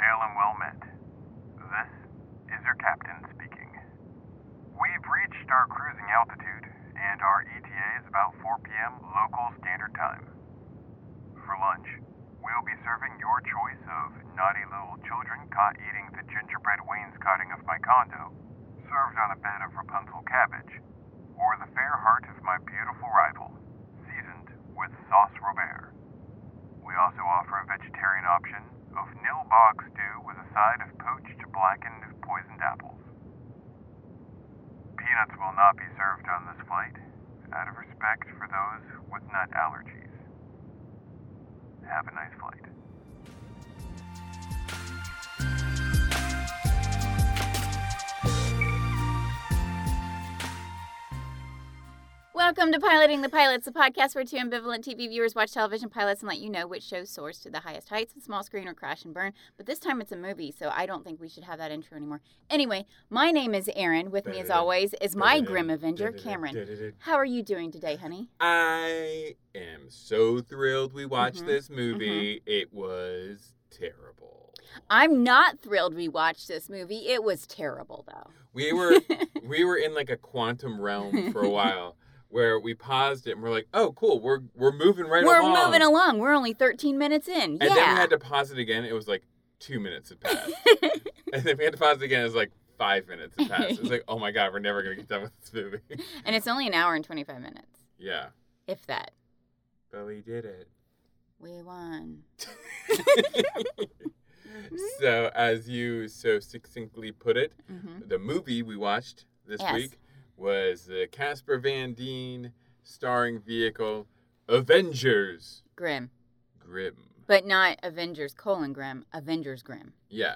and well met. This is your captain speaking. We've reached our cruising altitude, and our ETA is about 4 p.m. local standard time. For lunch, we'll be serving your choice of naughty little children caught eating the gingerbread wainscoting of my condo, served on a bed of Rapunzel cabbage, or the fair heart of my beautiful rival, seasoned with sauce Robert. We also offer a vegetarian option of nil bog stew with a side of poached, blackened, poisoned apples. Peanuts will not be served on this flight, out of respect for those with nut allergies. Have a nice flight. Welcome to Piloting the Pilots, the podcast where two ambivalent TV viewers watch television pilots and let you know which show soars to the highest heights on small screen or crash and burn. But this time it's a movie, so I don't think we should have that intro anymore. Anyway, my name is Erin. With me, as always, is my grim avenger, Cameron. How are you doing today, honey? I am so thrilled we watched Mhm. this movie. It was terrible. I'm not thrilled we watched this movie. It was terrible, though. We were we were in like a quantum realm for a while where we paused it and we're like, "Oh, cool. We're we're moving right We're along." moving along. We're only 13 minutes in. And yeah. then we had to pause it again. It was like 2 minutes had passed. and then we had to pause it again. It was like 5 minutes had passed. It was like, "Oh my god, we're never going to get done with this movie." and it's only an hour and 25 minutes, yeah. if that. But we did it. We won. so, as you so succinctly put it, hmm the movie we watched this Yes. week was the Casper Van Dien starring vehicle Avengers Grim. Grim. But not Avengers colon Grim, Avengers Grim. Yeah.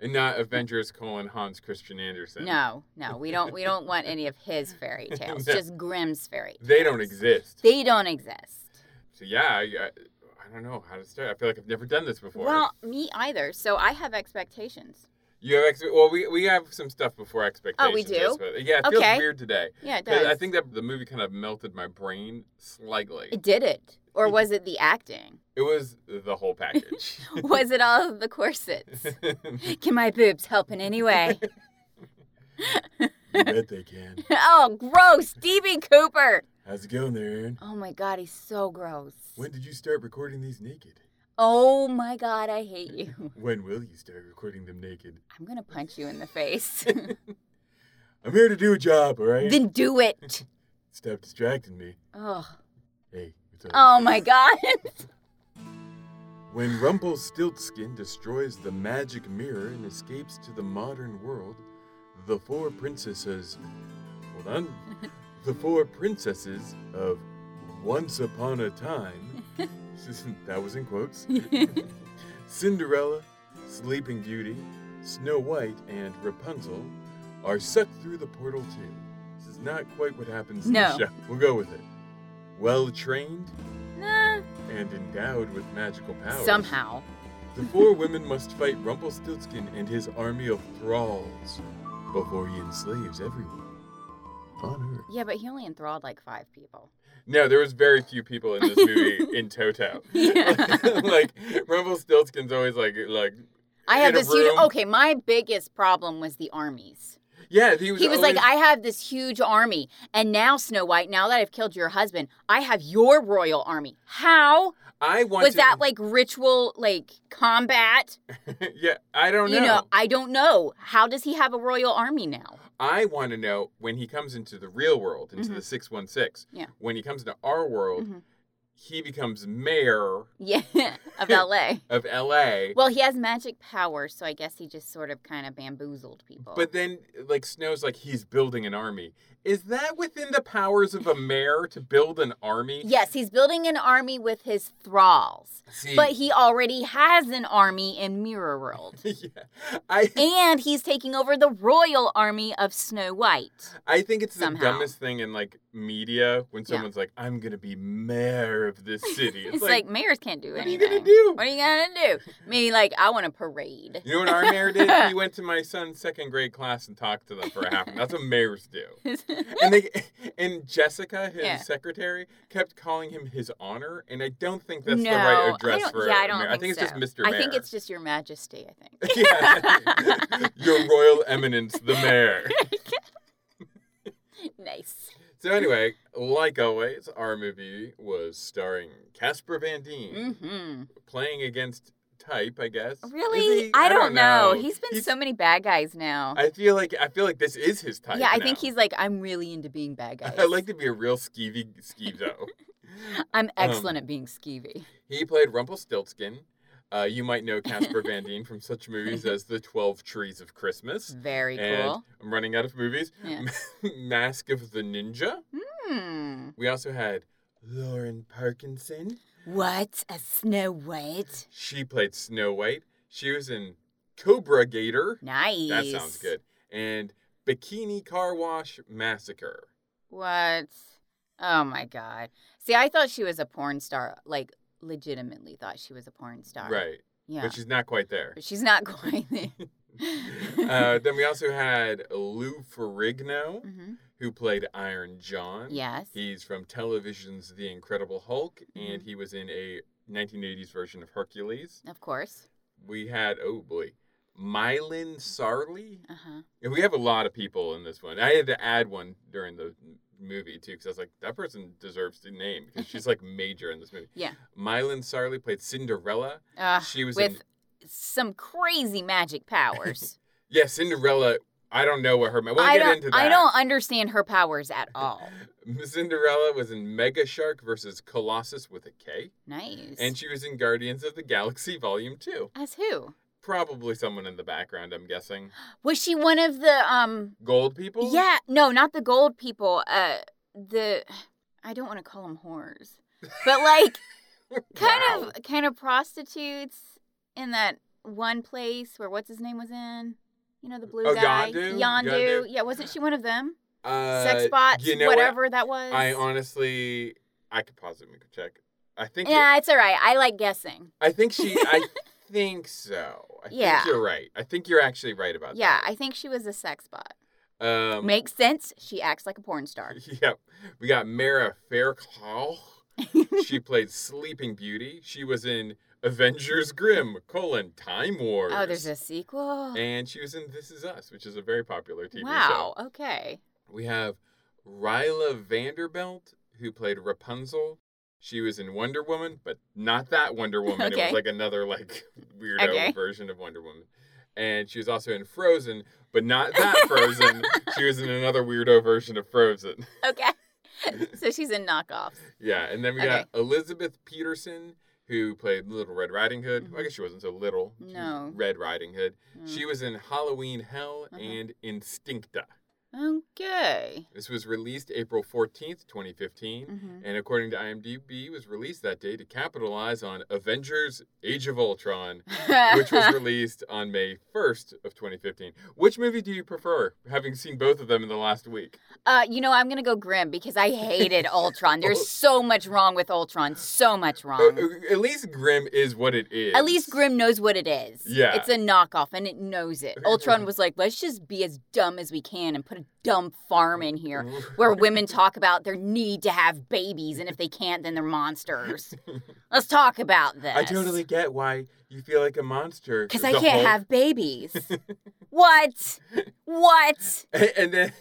And not Avengers colon Hans Christian Andersen. No, no, we don't. We don't want any of his fairy tales. No. Just Grimm's fairy. Tales. They don't exist. They don't exist. so, yeah, I, I, I don't know how to start. I feel like I've never done this before. Well, me either. So I have expectations. you have ex- well, we, we have some stuff before expectations. I Oh, do? suppose. Yeah, it feels Okay. weird today. Yeah, it 'Cause does. I think that the movie kind of melted my brain slightly. it did it, or was it the acting? It was the whole package. Was it all of the corsets? Can my boobs help in any way? You bet they can. oh, gross, DB Cooper. How's it going there, Aaron? Oh my God, he's so gross. When did you start recording these naked? Oh my God, I hate you. When will you start recording them naked? I'm gonna punch you in the face. I'm here to do a job, all right? then do it. Stop distracting me. Oh, Hey, it's all- oh my God. When Rumpelstiltskin destroys the magic mirror and escapes to the modern world, the four princesses. Hold on. the four princesses of Once Upon a Time. that was in quotes. Cinderella, Sleeping Beauty, Snow White, and Rapunzel are sucked through the portal too. This is not quite what happens No. in the show. We'll go with it. Well trained Nah. and endowed with magical powers. Somehow. The four women must fight Rumpelstiltskin and his army of thralls before he enslaves everyone on Earth. Yeah, but he only enthralled like five people. No, there was very few people in this movie in toto. Yeah. like Rumpelstiltskin's always like like I have In a this huge. room. Okay, my biggest problem was the armies. yeah he was He was always, like, I have this huge army, and now Snow White, now that I've killed your husband, I have your royal army. How I want was to- that like ritual, like combat? yeah I don't you know. I don't know. How does he have a royal army now? I want to know when he comes into the real world into the six one six Mm-hmm. Yeah. when he comes into our world Mhm. he becomes mayor Yeah, of L.A. of L.A. Well, he has magic powers, so I guess he just sort of kind of bamboozled people. But then, uh, like, Snow's like, he's building an army. Is that within the powers of a mayor to build an army? yes, he's building an army with his thralls. See, But he already has an army in Mirror World. yeah. I, and he's taking over the royal army of Snow White. I think it's Somehow. the dumbest thing in, like, media when Yeah. someone's like, I'm going to be mayor of this city. It's, like, mayors can't do what are you anything. going to do? What are you gonna do? Maybe like I want a parade. You know what our mayor did? He went to my son's second grade class and talked to them for a half. That's what mayors do. and they and Jessica, his Yeah. secretary, kept calling him his honor, and I don't think that's no, the right address I don't, for. yeah, I a don't mayor. think I think so. it's just Mr. Mayor. I think it's just Your Majesty. I think. yeah. Your Royal Eminence, the Mayor. nice. So anyway, like always, our movie was starring Casper Van Dien hmm playing against type, I guess. Is Really, he? I, don't, know. He's been He's- so many bad guys now. I feel like I feel like this is his type. yeah, I think now. he's like, I'm really into being bad guys. I like Um, to be a real skeevy skeevo. I'm excellent at being skeevy. he played Rumpelstiltskin. Uh, you might know Casper Van Dien from such movies as The Twelve Trees of Christmas. Very and cool. I'm running out of movies. Yeah. Mask of the Ninja. Hmm. We also had Lauren Parkinson. What a Snow White. She played Snow White. She was in Cobra Gator. Nice. That sounds good. And Bikini Car Wash Massacre. What? Oh my god. See, I thought she was a porn star. Like, legitimately thought she was a porn star. Right. Yeah. But she's not quite there. But she's not going there. uh, then we also had Lou Ferrigno, hmm who played Iron John. Yes. He's from television's The Incredible Hulk, and Mm-hmm. he was in a 1980s version of Hercules. Of course. We had, oh boy, Mylan Sarley. Uh huh. And we have a lot of people in this one. I had to add one during the m- movie, too, because I was like, that person deserves the name because she's like major in this movie. Yeah. Mylan Sarley played Cinderella. Uh, she was in. with some crazy magic powers. Yeah, Cinderella. I don't know what her. We'll I get don't. into that. I don't understand her powers at all. Cinderella was in Mega Shark versus Colossus with a K, Nice. and she was in Guardians of the Galaxy Volume Two. As who? Probably someone in the background, I'm guessing. Was she one of the um Gold people. Yeah, no, not the gold people. Uh, the I don't want to call them whores, but like kind Wow. of kind of prostitutes in that one place where what's his name was in. You know the blue Oh, guy, Yondu? Yondu. Yeah, wasn't she one of them? Uh, Sex bots, you know what? whatever that was. I honestly, I could pause it and we could check. I think. it- yeah, it's all right. I like guessing. I think she. I think so. I Yeah. think you're right. I think you're actually right about Yeah, I think she was a sex bot. that. Uh, Um, Makes sense. She acts like a porn star. Yep. We got Mara Fairclough. she played Sleeping Beauty. She was in Avengers Grimm, colon, Time Wars. Oh, there's a sequel. And she was in This Is Us, which is a very popular TV Wow. Okay. show. We have Ryla Vanderbilt, who played Rapunzel. She was in Wonder Woman, but not that Wonder Woman. It Okay. was like another like weirdo Okay. version of Wonder Woman. And she was also in Frozen, but not that Frozen. she was in another weirdo version of Frozen. Okay. so she's in knockoffs. Yeah, and then we got Elizabeth Peterson, who played Little Red Riding Hood. Well, I Mhm. guess she wasn't so little. She was No. Red Riding Hood. Mm. She was in Halloween Hell Uh-huh. and Instincta. Okay. This was released April 14th, 2015. hmm And according to IMDb, was released that day to capitalize on Avengers: Age of Ultron, Mm-hmm. which was released on May 1st of 2015. Which movie do you prefer, having seen both of them in the last week? uh, you know, I'm gonna go grim because I hated Ultron. Oh. There's so much wrong with Ultron. So much Uh, wrong. uh, at least Grimm is what it is. Um, At least Grimm knows what it is. Yeah. It's a knockoff and it knows it. Ultron was like, let's just be as dumb as we can and put a dumb farm in here where women talk about their need to have babies and if they can't, then they're monsters. Let's talk about this. I totally get why you feel like a monster. Because I the can't Hulk. have babies. what? What? And then,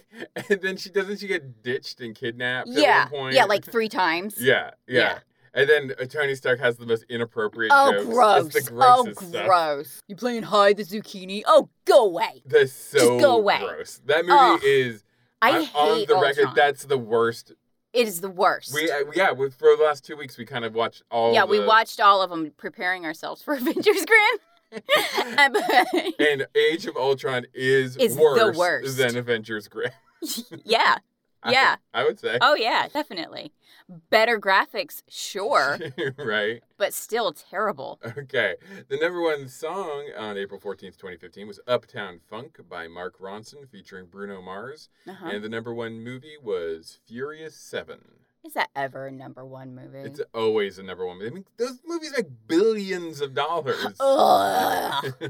and then she doesn't she get ditched and kidnapped at Yeah. one point? Yeah, like three times. Yeah, yeah. Yeah. And then uh, Tony Stark has the most inappropriate Oh, jokes. gross. It's the oh, grossest stuff. gross. You playing hide the zucchini? Oh, go away. That's so Just go away. gross. That movie Ugh. is I on- hate on the record. Ultron. That's the worst. It is the worst. We uh, yeah. We, for the last two weeks, we kind of watched all. yeah, we the- watched all of them preparing ourselves for Avengers Grim. And Age of Ultron is, Is the worse worst. than Avengers Grim. yeah. I- Yeah. I, would say. Oh, yeah, definitely. Better graphics, sure, right. but still terrible. Okay. The number one song on April 14th, 2015 was Uptown Funk by Mark Ronson featuring Bruno Mars. Uh-huh. And the number one movie was Furious 7. Is that ever a number one movie? It's always the number one movie. I mean, those movies make billions of dollars. Oh, Ugh.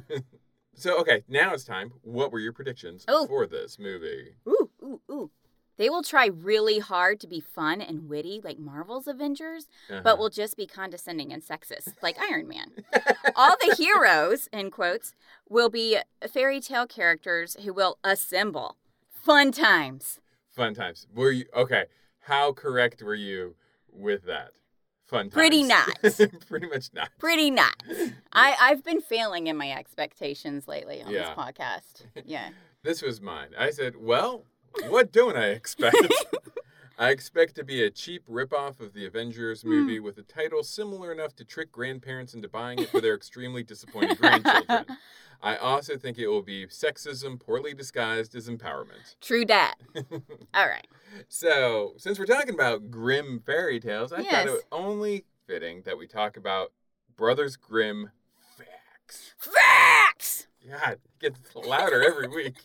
so, okay, now it's time. What were your predictions Oh. for this movie? Ooh, ooh, ooh. They will try really hard to be fun and witty like Marvel's Avengers, Uh-huh. but will just be condescending and sexist like Iron Man. All the heroes, in quotes, will be fairy tale characters who will assemble. Fun times. Fun times. Were you okay? How correct were you with that? Fun times. Pretty not. Pretty much not. Pretty not. I, I've been failing in my expectations lately on this Yeah. podcast. Yeah. This was mine. I said, "Well, what don't I expect? I expect to be a cheap ripoff of the Avengers Hmm. movie with a title similar enough to trick grandparents into buying it for their extremely disappointed grandchildren. I also think it will be sexism poorly disguised as empowerment." True dat. All right. So, since we're talking about grim fairy tales, I thought Yes. it was only fitting that we talk about Brothers Grimm facts. Facts! God, it gets louder every week.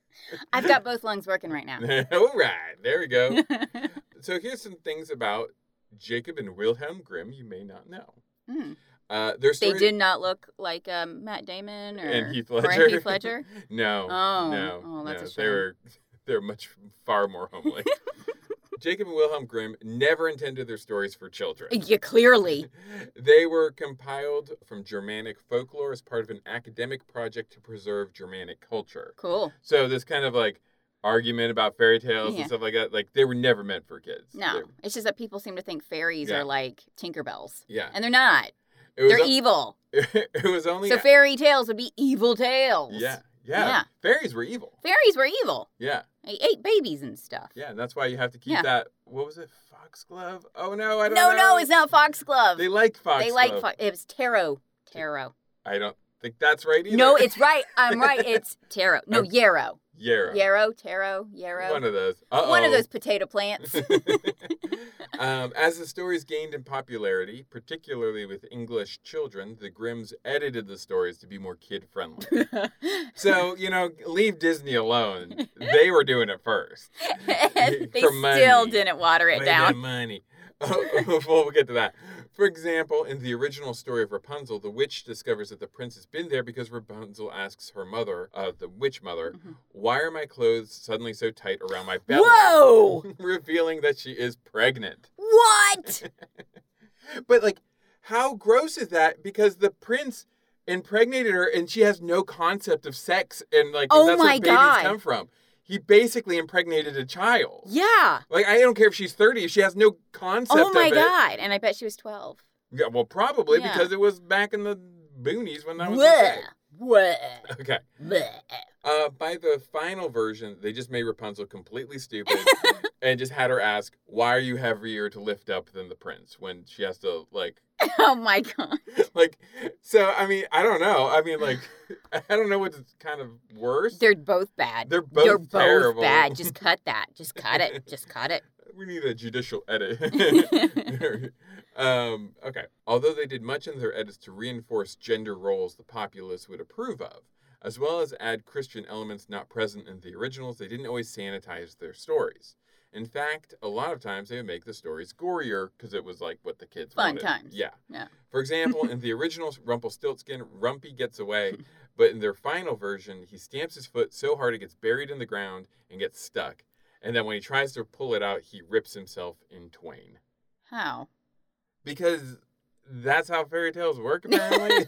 I've got both lungs working right now. Mm. All right, there we go. so here's some things about Jacob and Wilhelm Grimm you may not know. Hmm. Uh, their They story did not look like um, Matt Damon or and Heath or Ledger. Heath Ledger. no, Oh, no, oh, that's no. a They shame. were they're much far more homely. Jacob and Wilhelm Grimm never intended their stories for children. Yeah, clearly. They were compiled from Germanic folklore as part of an academic project to preserve Germanic culture. Cool. So this kind of like argument about fairy tales Yeah. and stuff like that, like they were never meant for kids. No, They- it's just that people seem to think fairies Yeah. are like Tinkerbells. yeah. And they're not. It was They're o- evil. it was only So fairy tales would be evil tales. yeah, yeah Yeah. Fairies were evil. Fairies were evil. Yeah, They ate babies and stuff. yeah, and that's why you have to keep Yeah. that. What was it? Foxglove? Oh no, I don't. No, know. no, it's not foxglove. They like foxglove. They like fo- it was tarot. Tarot. I don't think that's right either. No, it's right. I'm right. It's tarot. No, Okay. yarrow. Yarrow. Yarrow, tarot, yarrow. One of those. Uh-oh. One of those potato plants. um, as the stories gained in popularity, particularly with English children, the Grimms edited the stories to be more kid friendly. so, you know, leave Disney alone. They were doing it first. and they For still money. didn't water it Play that down. money. Oh, well, we'll get to that. For example, in the original story of Rapunzel, the witch discovers that the prince has been there because Rapunzel asks her mother, uh, the witch mother, Mhm. why are my clothes suddenly so tight around my belly? Whoa! Revealing that she is pregnant. What? But, like, how gross is that? Because the prince impregnated her and she has no concept of sex and, like, Oh that's my where babies God. come from. He basically impregnated a child. Yeah. Like I don't care if she's thirty, if she has no concept oh my of it. god! And I bet she was twelve. Yeah, well, probably Yeah. because it was back in the boonies when that was a Bleh. thing. Bleh. Okay. Bleh. Uh, by the final version, they just made Rapunzel completely stupid and just had her ask, "Why are you heavier to lift up than the prince?" When she has to like, Oh my god! like, so I mean, I don't know. I mean, like, I don't know what's kind of worse. They're both bad. They're both They're both terrible. bad. Just cut that. Just cut it. Just cut it. We need a judicial edit. um, okay. Although they did much in their edits to reinforce gender roles the populace would approve of, as well as add Christian elements not present in the originals, they didn't always sanitize their stories. In fact, a lot of times they would make the stories gorier because it was like what the kids Fun wanted. times. Yeah. Yeah. For example, in the original Rumpelstiltskin, Rumpy gets away, but in their final version, he stamps his foot so hard it gets buried in the ground and gets stuck. And then when he tries to pull it out, he rips himself in twain. How? Because that's how fairy tales work, apparently.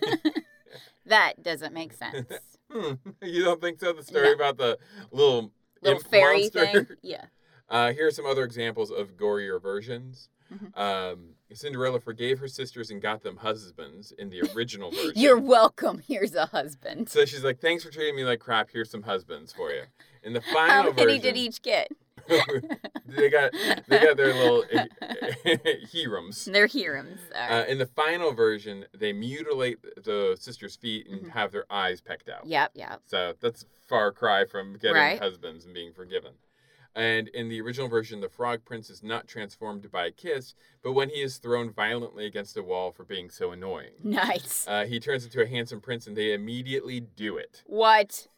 That doesn't make sense. hmm. You don't think so? The story No. about the little, Little imp fairy monster? thing. Yeah. Uh, here are some other examples of gorier versions. Mhm. Um, Cinderella forgave her sisters and got them husbands in the original version. You're welcome. Here's a husband. So she's like, "Thanks for treating me like crap. Here's some husbands for you." In the final How many version, did each get? they got they got their little herums. They're Hirims. All right. Uh, in the final version, they mutilate the sister's feet and Mhm. have their eyes pecked out. yep. Yep. So that's a far cry from getting Right. husbands and being forgiven. And in the original version, the frog prince is not transformed by a kiss, but when he is thrown violently against a wall for being so annoying, Nice. uh, he turns into a handsome prince, and they immediately do it. What?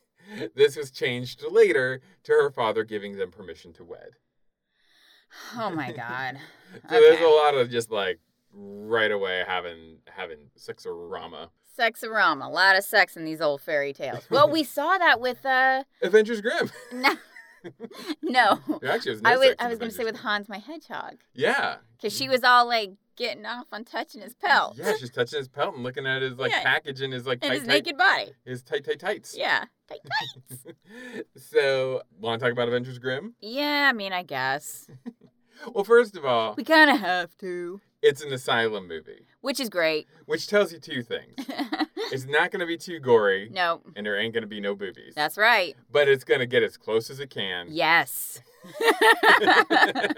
This was changed later to her father giving them permission to wed. Oh my god. So there's Okay. a lot of just like right away having having sexorama. Sexorama. A lot of sex in these old fairy tales. Well, we saw that with uh Adventures Grim. no, No. Actually, it was I was Nutsack I to was the gonna say with Bender's. Hans my hedgehog Yeah. because she was all like getting off on touching his pelt Yeah, she's touching his pelt and looking at his like Yeah. package and his like and tight, his tight- naked body. his tight tight tights. Yeah. Tight, tight. so, want to talk about Avengers Grimm? Yeah, I mean, I guess Well, first of all, we kind of have to, it's an asylum movie, which is great. which tells you two things. it's not going to be too gory, no, and there ain't going to be no boobies. that's right. but it's going to get as close as it can. Yes.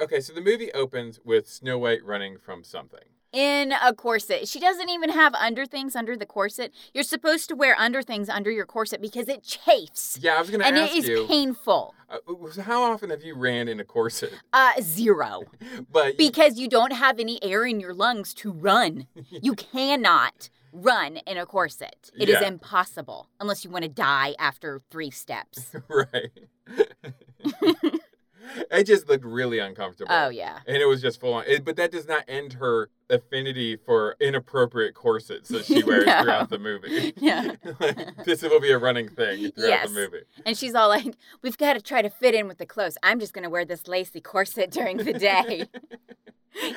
okay, so the movie opens with Snow White running from something. in a corset. She doesn't even have under things under the corset. You're supposed to wear under things under your corset because it chafes. Yeah, I was going to And ask it is you, painful. uh, how often have you ran in a corset? Uh zero. But Because you don't have any air in your lungs to run. You cannot run in a corset. It is Yeah. impossible unless you want to die after 3 steps. right, it just looked really uncomfortable. oh yeah. And it was just full on. It, but that does not end her affinity for inappropriate corsets that she wears No. throughout the movie. Yeah. Like, this will be a running thing throughout Yes. the movie. And she's all like, "We've got to try to fit in with the clothes. I'm just going to wear this lacy corset during the day."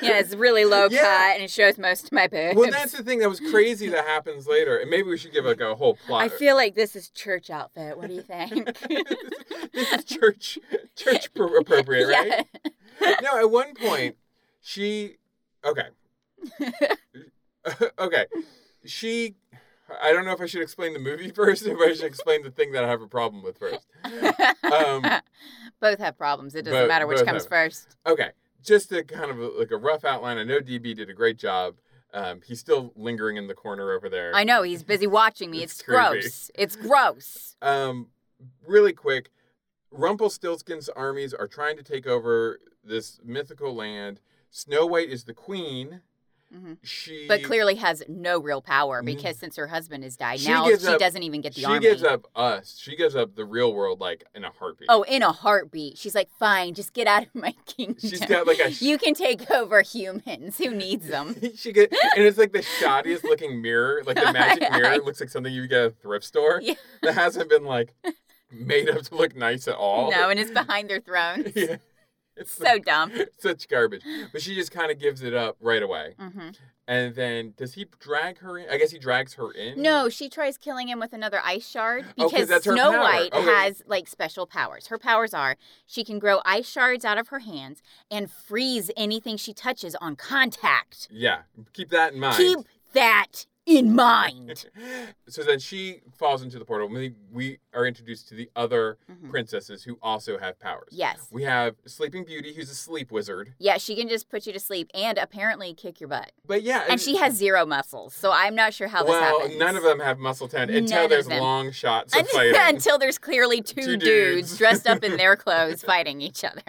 yeah, it's really low Yeah. cut and it shows most of my boobs. Well, that's the thing that was crazy that happens later. And maybe we should give like a whole plot. I feel like this is church outfit. What do you think? this is church church pro- appropriate, right? Yeah. No, at one point she okay. okay. She I don't know if I should explain the movie first or if I should explain the thing that I have a problem with first. Um, both have problems. It doesn't both- matter which both comes have- first. Okay, just a kind of like a rough outline. I know DB did a great job. Um, he's still lingering in the corner over there. I know he's busy watching me. It's, It's creepy. gross. It's gross. Um, really quick, Rumpelstiltskin's armies are trying to take over this mythical land. Snow White is the queen. hmm She But clearly has no real power Mhm. because since her husband has died, She now gives she up- doesn't even get the she army. gives up us. She gives up the real world like in a heartbeat. Oh, in a heartbeat. She's like, fine, just get out of my kingdom. she's got like a you can take over humans. Who needs them? she get and it's like the shoddiest looking mirror, like the magic I- mirror I- looks like something you would get at a thrift store Yeah. that hasn't been like made up to look nice at all. No, and it's behind their throne. yeah. It's So dumb. such garbage. But she just kind of gives it up right away. hmm And then does he drag her in? I guess he drags her in. No, she tries killing him with another ice shard Oh, 'cause because that's her Snow power. White Okay. has like special powers. Her powers are she can grow ice shards out of her hands and freeze anything she touches on contact. Yeah. Keep that in mind. Keep that in mind. so then she falls into the portal. We, we are introduced to the other Mhm. princesses who also have powers. Yes. We have Sleeping Beauty, who's a sleep wizard. Yeah, she can just put you to sleep and apparently kick your butt. But yeah. And she has zero muscles, so I'm not sure how this well, happens. none of them have muscle tone None until of there's them. long shots of until, fighting. until there's clearly two, Two dudes. dudes. dressed up in their clothes fighting each other.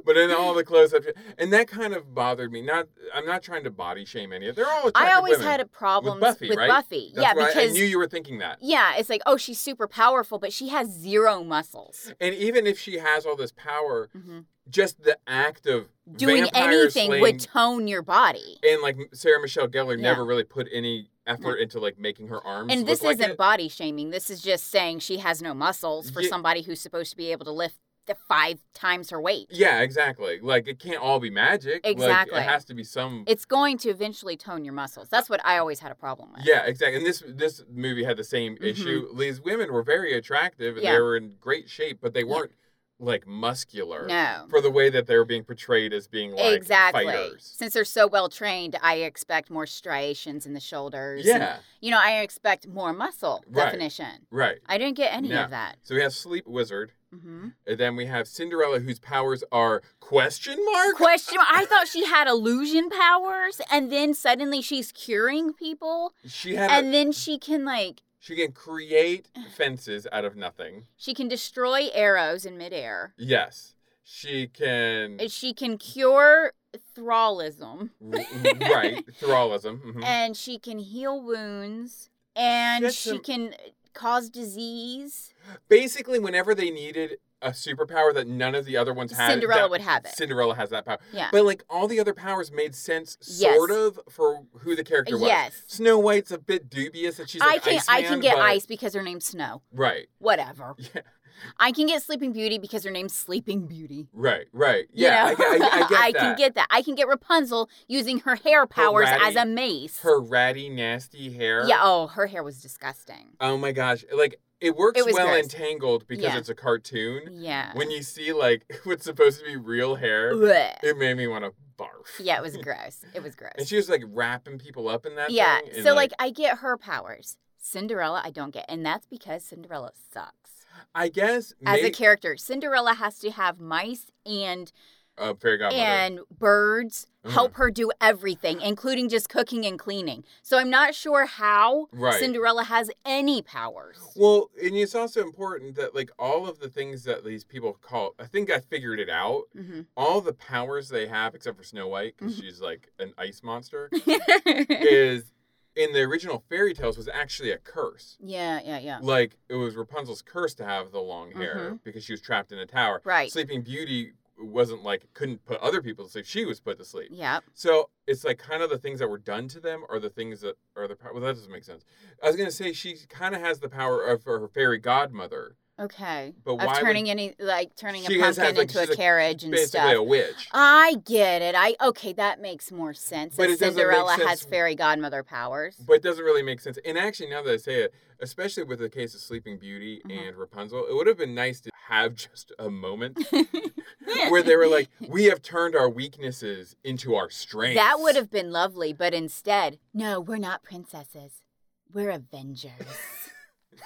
but in all the close up, and that kind of bothered me. Not, I'm not trying to body shame any of. They're all. I attractive always women. had a problem Buffy, right? Buffy. That's yeah, why because I knew you were thinking that. yeah, it's like oh she's super powerful, but she has zero muscles. And even if she has all this power, Mhm. just the act of Doing Mm-hmm. vampire anything slaying, would tone your body. and like Sarah Michelle Gellar Yeah. never really put any effort into like making her arms. And look this like isn't it. body shaming. This is just saying she has no muscles for Ye- somebody who's supposed to be able to lift the five times her weight. Yeah, exactly. Like it can't all be magic. Like, Exactly. it has to be some. It's going to eventually tone your muscles. That's what I always had a problem with. Yeah, exactly. And this this movie had the same Mhm. issue. These women were very attractive and Yeah. they were in great shape, but they Yeah. weren't like muscular No. for the way that they were being portrayed as being like exactly. fighters. Since they're so well trained, I expect more striations in the shoulders. and, Yeah, you know, I expect more muscle Right. definition. right. I didn't get any No. of that. So we have Sleep Wizard, hmm and then we have Cinderella, whose powers are question mark. Question. mark. I thought she had illusion powers, and then suddenly she's curing people, She had a, and then she can like she can create fences out of nothing. she can destroy arrows in midair. Yes, she can. And She can cure thrallism, r- right, thrallism. mhm. and she can heal wounds, and has she some- can cause disease. Basically, whenever they needed a superpower that none of the other ones had, Cinderella that- would have it. Cinderella has that power. Yeah. But like all the other powers made sense, Yes. sort of, for who the character was. Yes. Snow White's a bit dubious that she's I like can I Iceman, can get but- ice because her name's Snow. Right. Whatever. Yeah. I can get Sleeping Beauty because her name's Sleeping Beauty. Right, right. You Yeah, know? I, I, I get that. can get that. I can get Rapunzel using her hair powers ratty- as a mace. her ratty, nasty hair. Yeah. Oh, her hair was disgusting. Oh my gosh! Like it works It was well gross. entangled because Yeah. it's a cartoon. Yeah. When you see like what's supposed to be real hair, Blech. it made me want to barf. Yeah, it was gross. It was And gross. she was like wrapping people up in that. Yeah. thing, and, So like I get her powers. Cinderella, I don't get, and that's because Cinderella sucks I guess as a may- character. Cinderella has to have mice and uh, fairy godmother. and birds Mm-hmm. help her do everything, including just cooking and cleaning. So I'm not sure how Right. Cinderella has any powers. Well, and it's also important that like all of the things that these people call, I think I figured it out. Mm-hmm. All the powers they have, except for Snow White, because Mhm. she's like an ice monster, Mhm. is in the original fairy tales was actually a curse. yeah, yeah, yeah. Like it was Rapunzel's curse to have the long hair because she was trapped in a tower. Mm-hmm. Right. Sleeping Beauty wasn't like couldn't put other people to sleep; she was put to sleep. Yep. So it's like kind of the things that were done to them are the things that are the power. Well, that doesn't make sense. I was gonna say she kind of has the power of her fairy godmother, Okay. but why of would- turning any like turning a She pumpkin has had, like, into she's a a- carriage and basically stuff. a witch? I get it. I okay, that makes more sense. But that it doesn't make Cinderella has sense- fairy godmother powers. But it doesn't really make sense. And actually, now that I say it, especially with the case of Sleeping Beauty Mhm. and Rapunzel, it would have been nice to have just a moment where they were like, "We have turned our weaknesses into our strengths." that would have been lovely, but instead, no, we're not princesses. We're Avengers.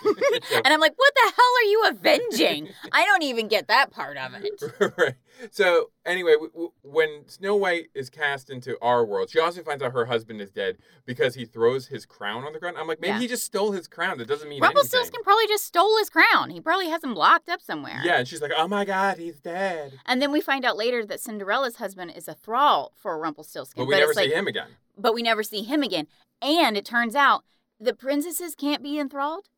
and I'm like, what the hell are you avenging? I don't even get that part of it. right. So anyway, w- w- when Snow White is cast into our world, she also finds out her husband is dead because he throws his crown on the ground. I'm like, maybe Yeah. he just stole his crown. That doesn't mean anything. Rumpelstiltskin probably just stole his crown. He probably has him locked up somewhere. Yeah, and she's like, oh my god, he's dead. And then we find out later that Cinderella's husband is a thrall for Rumpelstiltskin. But we never it's see like, him again. but we never see him again. And it turns out the princesses can't be enthralled.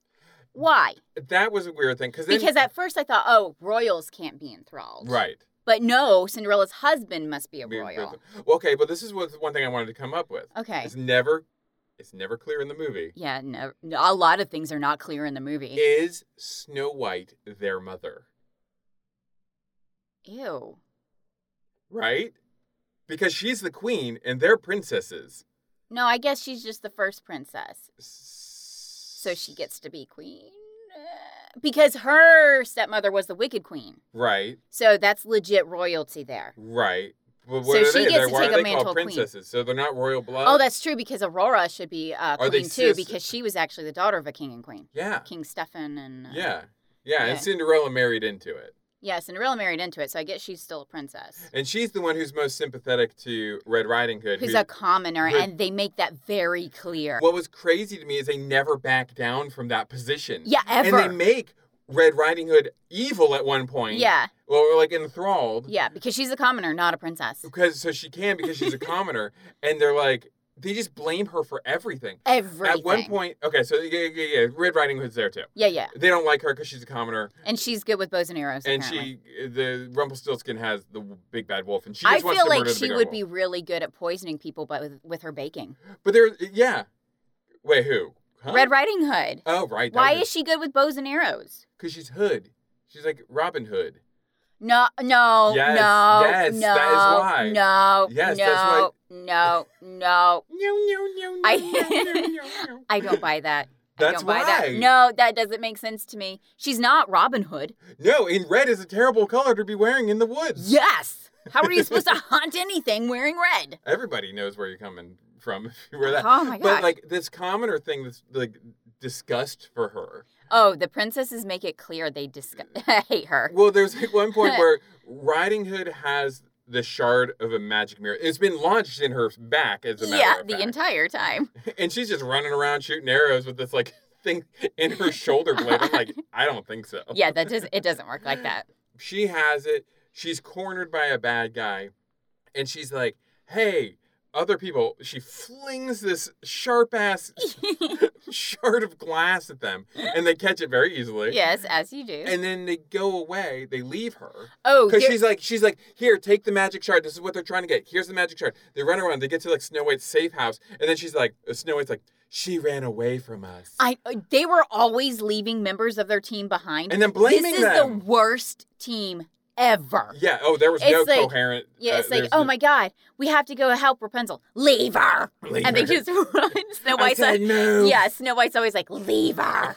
Why? That was a weird thing then, Because at first I thought, oh, royals can't be enthralled. right. But no, Cinderella's husband must be a We- we- royal. Well, okay, but this is what one thing I wanted to come up with. Okay. It's never, it's never clear in the movie. Yeah, no, no, a lot of things are not clear in the movie. Is Snow White their mother? Ew. Right? Because she's the queen and they're princesses. No, I guess she's just the first princess. So So she gets to be queen. Uh, Because her stepmother was the wicked queen. Right, So that's legit royalty there. right. But So what are she they? gets They're- to why take are a they man called to a queen. princesses? So they're not royal blood. Oh, that's true because Aurora should be uh, Are they queen too sis- because she was actually the daughter of a king and queen. yeah, King Stefan and. Uh, yeah, yeah. Yeah. And Cinderella married into it, Yeah, Cinderella married into it, so I guess she's still a princess. and she's the one who's most sympathetic to Red Riding Hood. Who's who- a commoner, who- and they make that very clear. What was crazy to me is they never back down from that position. yeah, ever. And they make Red Riding Hood evil at one point. yeah, Or like enthralled. yeah, because she's a commoner, not a princess. Because so she can because she's a commoner, and they're like they just blame her for everything. Everything. At one point, okay, so yeah, yeah, yeah, Red Riding Hood's there too. Yeah, yeah, They don't like her because she's a commoner, and she's good with bows and arrows. and apparently. she eh, the Rumpelstiltskin has the w- big bad wolf, and she just I wants feel to like murder the she big bad would be wolf. really good at poisoning people, but with, with her baking. But there, eh, yeah. Wait, who? Huh? Red Riding Hood. Oh, right. Why is she good with bows and arrows? Because she's Hood. She's like Robin Hood. No, no, Yes, no, yes, that is no, why. no, Yes, no, that's why- no, no. No, no, no, no, I- no, no, no, no. I don't buy that. I That's don't buy that. why. No, that doesn't make sense to me. She's not Robin Hood. No, and red is a terrible color to be wearing in the woods. Yes. How are you supposed to hunt anything wearing red? Everybody knows where you're coming from if you wear that. Oh my But gosh. like this commoner thing, this like disgust for her. oh, the princesses make it clear they disgu- hate her. Well, there's like one point where Riding Hood has the shard of a magic mirror. It's been lodged in her back as a matter Yeah, of the fact. entire time. and she's just running around shooting arrows with this like thing in her shoulder blade. I'm like, I don't think so. Yeah, that does it doesn't work like that. she has it. She's cornered by a bad guy, and she's like, "Hey, other people!" She flings this sharp ass shard of glass at them, and they catch it very easily. yes, as you do. And then they go away. They leave her oh, because there- she's like, she's like, "Here, take the magic shard. This is what they're trying to get. Here's the magic shard." They run around. They get to like uh, Snow White's safe house, and then she's like, Snow White's like, She ran away from us. I uh, they were always leaving members of their team behind. and then blaming this is them. the worst team ever. yeah. Oh, there was no It's like- coherent. Yeah, uh, it's like, there's oh no- my God, we have to go help Rapunzel. Leave her. Leave And they her. just run. Snow I White's said like, no. yeah, Snow White's always like, leave her.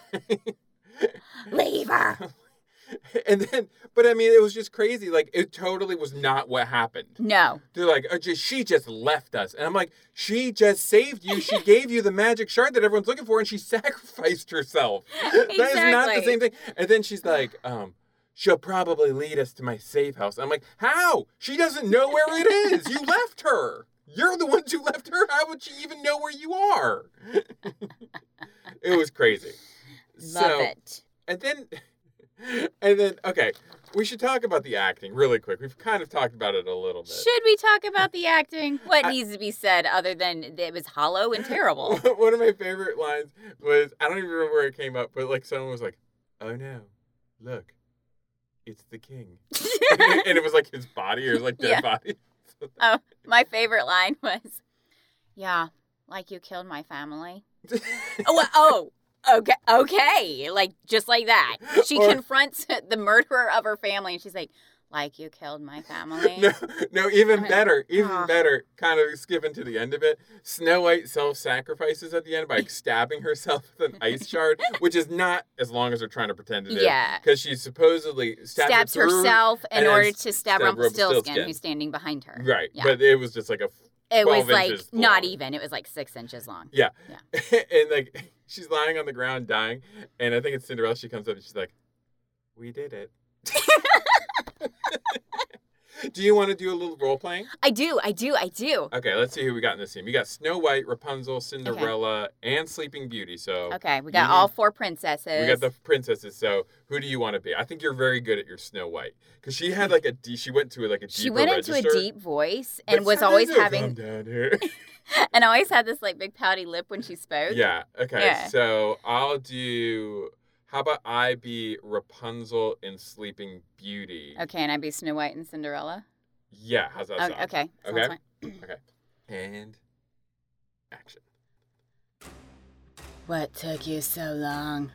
leave her. and then, but I mean, it was just crazy. Like it totally was not what happened. No. They're like, oh, just, she just left us. And I'm like, she just saved you. She gave you the magic shard that everyone's looking for, and she sacrificed herself. That is not the Exactly. same thing. And then she's like, um, she'll probably lead us to my safe house. I'm like, how? She doesn't know where it is. You left her. You're the ones who left her. How would she even know where you are? it was crazy. Love so, it. and then, and then, okay, we should talk about the acting really quick. We've kind of talked about it a little bit. Should we talk about the acting? What I- needs to be said other than that it was hollow and terrible? One of my favorite lines was I don't even remember where it came up, but like someone was like, "Oh no, look, it's the king," and it was like his body or like Yeah. dead body. My favorite line was, yeah, like you killed my family. Oh, oh, okay, okay, like just like that. She Or- confronts the murderer of her family, and she's like, "Like you killed my family." no, no, even Okay. better, even Aw. better. Kind of skipping to the end of it. Snow White self-sacrifices at the end by stabbing herself with an ice shard, which is not as long as they're trying to pretend it is. Yeah. because she supposedly stabbed Stabs her through- herself in and order then to stab, stab Rumpelstiltskin, Rumpelstiltskin. who's standing behind her. Right, Yeah. but it was just like a it was 12 like inches not long. even. It was like six inches long. Yeah. and like she's lying on the ground dying, and I think it's Cinderella. She comes up and she's like, "We did it." do you want to do a little role playing? I do, I do, I do. Okay, let's see who we got in this team. We got Snow White, Rapunzel, Cinderella, and Sleeping Beauty. So Okay, we got you- all four princesses. Oh. we got the princesses. So who do you want to be? I think you're very good at your Snow White because she had like a de- she went to like a deeper she went into register, a deep voice but and was sometimes always it'll having come down here. and always had this like big pouty lip when she spoke. Yeah. Okay. Yeah. So I'll do. How about I be Rapunzel in Sleeping Beauty? Okay, and I'd be Snow White and Cinderella. Yeah. How's that Okay, sound? okay. sounds Okay. fine. And action. What took you so long?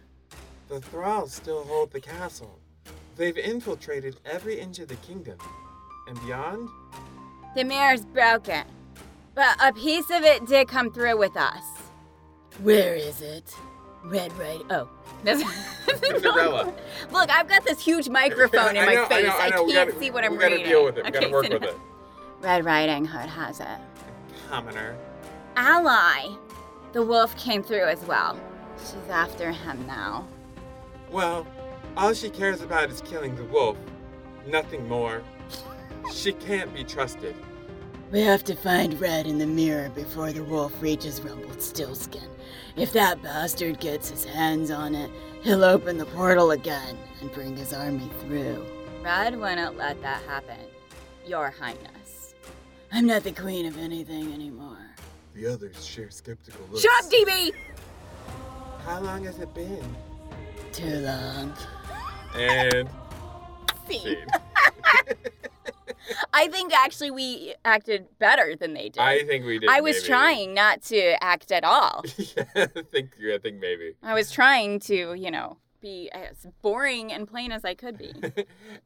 The thralls still hold the castle. They've infiltrated every inch of the kingdom. And beyond? The mirror's broken, but a piece of it did come through with us. Where is it? Red right. Oh. That's- Cinderella. Look, I've got this huge microphone in I my know, face. I, know, I, I, know. can't We gotta, see what I'm we reading. gotta deal with it. We gotta Okay, work Cinder- with it. Red Riding Hood has it. Commoner. Ally. The wolf came through as well. She's after him now. Well, all she cares about is killing the wolf. Nothing more. She can't be trusted. We have to find Red in the mirror before the wolf reaches Rumbled Stillskin. If that bastard gets his hands on it, he'll open the portal again and bring his army through. Red wouldn't let that happen. Your Highness. I'm not the queen of anything anymore. The others share skeptical looks. Shut up, DB! How long has it been? Too long. And Scene. I think actually we acted better than they did. I think we did. I was maybe. trying not to act at all. yeah, I think I think maybe. I was trying to, you know, be as boring and plain as I could be.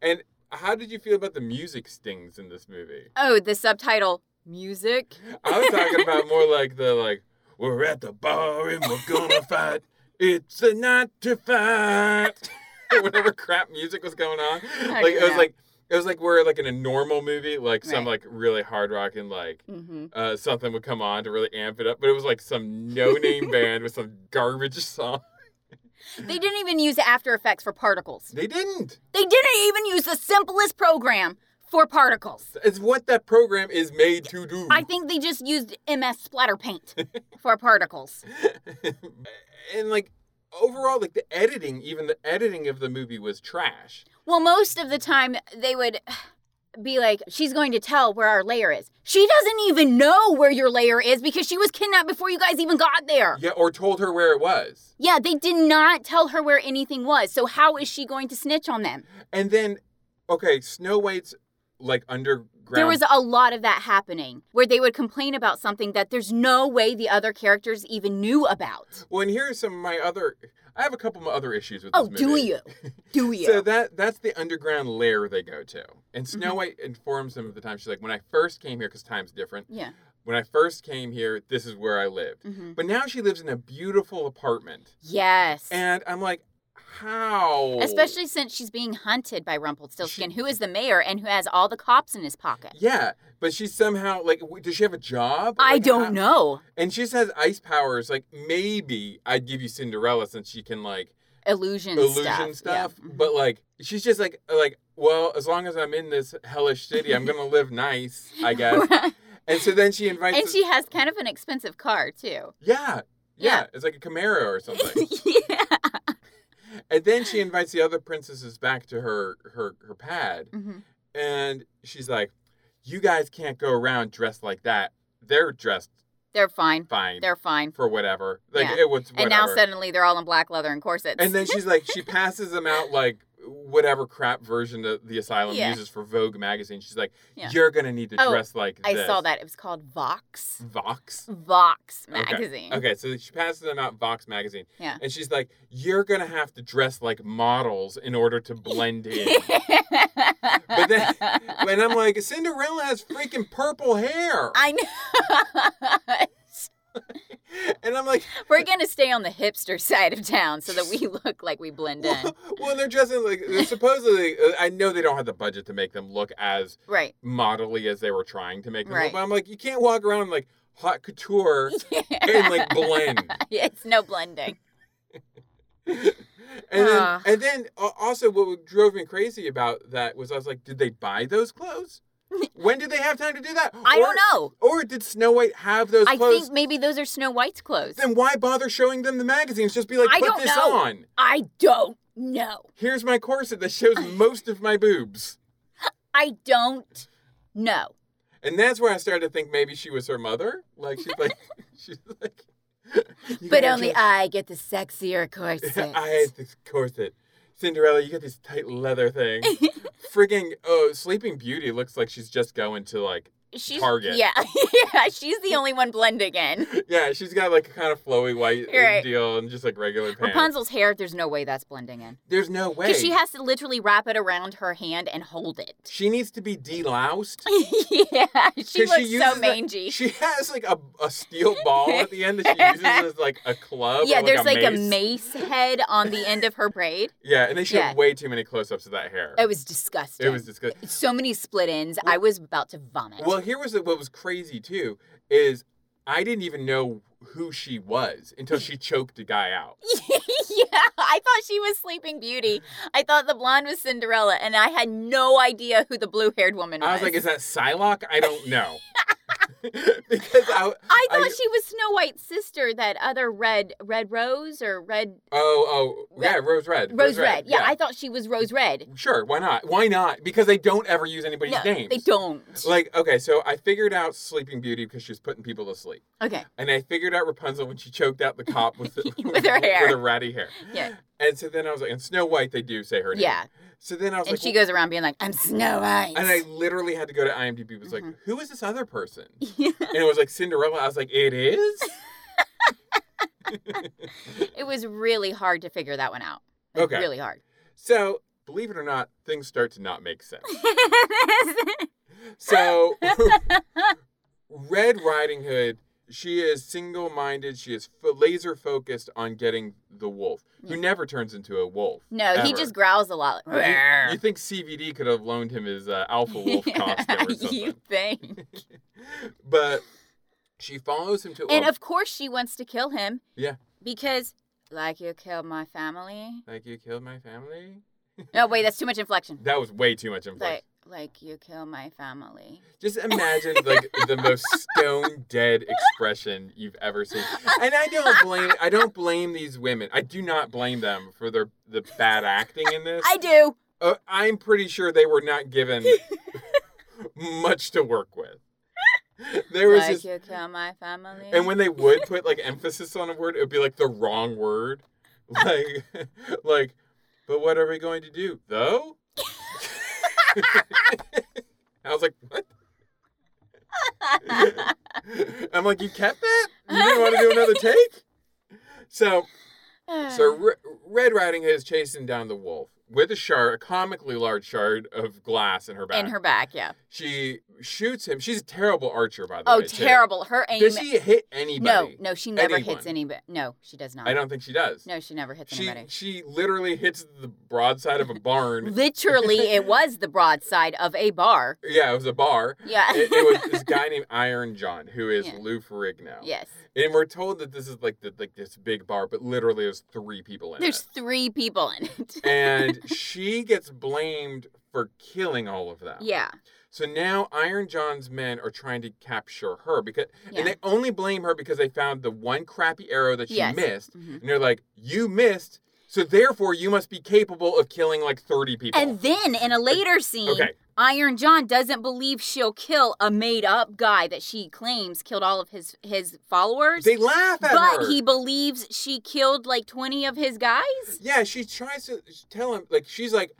and how did you feel about the music stings in this movie? oh, the subtitle music. I was talking about more like the like we're at the bar and we're gonna fight. It's a night to fight. Whatever crap music was going on, I like it was know. like it was like we're like in a normal movie, like some Right. like really hard rocking like hmm uh, something would come on to really amp it up, but it was like some no-name band with some garbage song. They didn't even use After Effects for particles. They didn't. They didn't even use the simplest program for particles. It's what that program is made to do. I think they just used MS splatter paint for particles. and like overall, like the editing, even the editing of the movie was trash. Well, most of the time they would be like, she's going to tell where our lair is. She doesn't even know where your lair is because she was kidnapped before you guys even got there. Yeah, or told her where it was. Yeah, they did not tell her where anything was. So how is she going to snitch on them? And then, okay, Snow White's like underground. There was a lot of that happening where they would complain about something that there's no way the other characters even knew about. Well, and here are some of my other. I have a couple of other issues with Oh, this movie. do you? Do you? So that that's the underground lair they go to, and Snow Mm-hmm. White informs them of the time. She's like, "When I first came here, because time's different. yeah. When I first came here, this is where I lived. hmm But now she lives in a beautiful apartment, Yes. and I'm like, how? Especially since she's being hunted by Rumpelstiltskin, who is the mayor and who has all the cops in his pocket. Yeah, but she's somehow like, w- does she have a job? I Like, uh, don't how- know. And she just has ice powers. Like maybe I'd give you Cinderella since she can like Illusion, illusion stuff, Yeah. Mhm. but like she's just like like well as long as i'm in this hellish city i'm gonna live nice i guess and so then she invites and us- she has kind of an expensive car too. yeah, yeah Yeah. it's like a camaro or something yeah. and then she invites the other princesses back to her her her pad hmm and she's like you guys can't go around dressed like that they're dressed They're fine. fine They're fine. for whatever like Yeah. it was whatever. And now suddenly they're all in black leather and corsets. And then she's like, she passes them out like whatever crap version the, the asylum Yeah. uses for Vogue magazine. She's like, Yeah. you're gonna need to Oh, dress like I this. saw that. It was called Vox. Vox. Vox Okay. magazine. Okay, so she passes them out Vox magazine. Yeah. And she's like, you're gonna have to dress like models in order to blend in. but then, and I'm like, Cinderella has freaking purple hair, I know. and I'm like, We're going to stay on the hipster side of town so that we look like we blend in. well, well, they're dressing like they're supposedly. uh, I know they don't have the budget to make them look as Right. modelly as they were trying to make them Right. look. But I'm like, you can't walk around in, like hot couture and like blend. it's no blending. And then, Ah. and then uh, also, what drove me crazy about that was I was like, did they buy those clothes? when did they have time to do that? I Or- don't know. Or did Snow White have those I clothes? think maybe those are Snow White's clothes. Then why bother showing them the magazines? Just be like, I put don't this know. on. I don't know. Here's my corset that shows most of my boobs. I don't know. And that's where I started to think maybe she was her mother. Like she's like, she's like. you But gotta only dress- I get the sexier corset. I hate this corset. Cinderella, you got this tight leather thing. Friggin' oh, Sleeping Beauty looks like she's just going to like she's, Target. Yeah, yeah. She's the only one blending in. yeah, she's got like a kind of flowy white uh, Right. deal and just like regular pants. Rapunzel's hair. There's no way that's blending in. There's no way. Because she has to literally wrap it around her hand and hold it. She needs to be deloused. yeah, she 'cause looks uses so a- mangy. she has like a, a steel ball at the end that she uses as like a club. yeah, or, there's like a mace mace. head on the end of her braid. Yeah, and they showed Yeah. way too many close-ups of that hair. It was disgusting. it was disgusting. so many split ends. I was about to vomit. Well, here was the, what was crazy too is I didn't even know who she was until she choked a guy out. yeah, I thought she was Sleeping Beauty. I thought the blonde was Cinderella, and I had no idea who the blue-haired woman was. I was like, "Is that Psylocke?" I don't know because I, I thought I- she was Snow White's sister, that other red red rose or red oh oh yeah, Red- Rose Red, Rose, Red. Yeah, I thought she was Rose Red. sure. Why not? Why not? Because they don't ever use anybody's No, names. they don't. Like okay, so I figured out Sleeping Beauty because she was putting people to sleep, Okay. and I figured out Rapunzel when she choked out the cop with the, With her hair. with her ratty hair. Yeah. And so then I was like, and Snow White, they do say her name. Yeah. So then I was And like, she well- goes around being like, I'm Snow White. And I literally had to go to IMDb. Was like, Mhm. who is this other person? And it was like Cinderella. I was like, it is. it was really hard to figure that one out. Like, Okay. Really hard. So believe it or not, things start to not make sense. So Red Riding Hood, she is single-minded. She is f- laser focused on getting the wolf, who Yeah. never turns into a wolf. Mm. no, he ever. just growls a lot. You, you think CVD could have loaned him his uh, alpha wolf costume or you something? think? But she follows him to. oh, And a- of course, she wants to kill him. Yeah. Because, like you killed my family. like you killed my family. No, wait, that's too much inflection. That was way too much inflation. Like, like you kill my family. Just imagine like the most stone dead expression you've ever seen. And I don't blame I don't blame these women. I do not blame them for their the bad acting in this. I do. Uh, I'm pretty sure they were not given much to work with. There was Like just, you kill my family. and when they would put like emphasis on a word, it would be like the wrong word. Like like but what are we going to do? Though? I was like, what? I'm like, you kept that? You didn't want to do another take? So, Uh. so Re- Red Riding Hood is chasing down the wolf with a shard, a comically large shard of glass in her back. in her back, yeah. she shoots him. She's a terrible archer, by the Oh, way. too. terrible. Her aim. Does she hit no, anybody? no, she never hits Anyone. anybody. No, she does not. I don't think she does. No, she never hits She anybody. she literally hits the broadside of a barn. Literally, it was the broadside of a bar. yeah, it was a bar. Yeah. It, it was this guy named Iron John, who is Yeah. Lou Ferrig now. yes. And we're told that this is like the, like this big bar, but literally there's three people in There's it. three people in it. and she gets blamed for killing all of them. yeah. So now Iron John's men are trying to capture her because, Yeah. and they only blame her because they found the one crappy arrow that she Yes. missed, Mhm. and they're like, "You missed, so therefore you must be capable of killing like thirty people." And then in a later scene, Okay. Iron John doesn't believe she'll kill a made up guy that she claims killed all of his his followers. they laugh at but her. he believes she killed like 20 of his guys? yeah, she tries to tell him like she's like,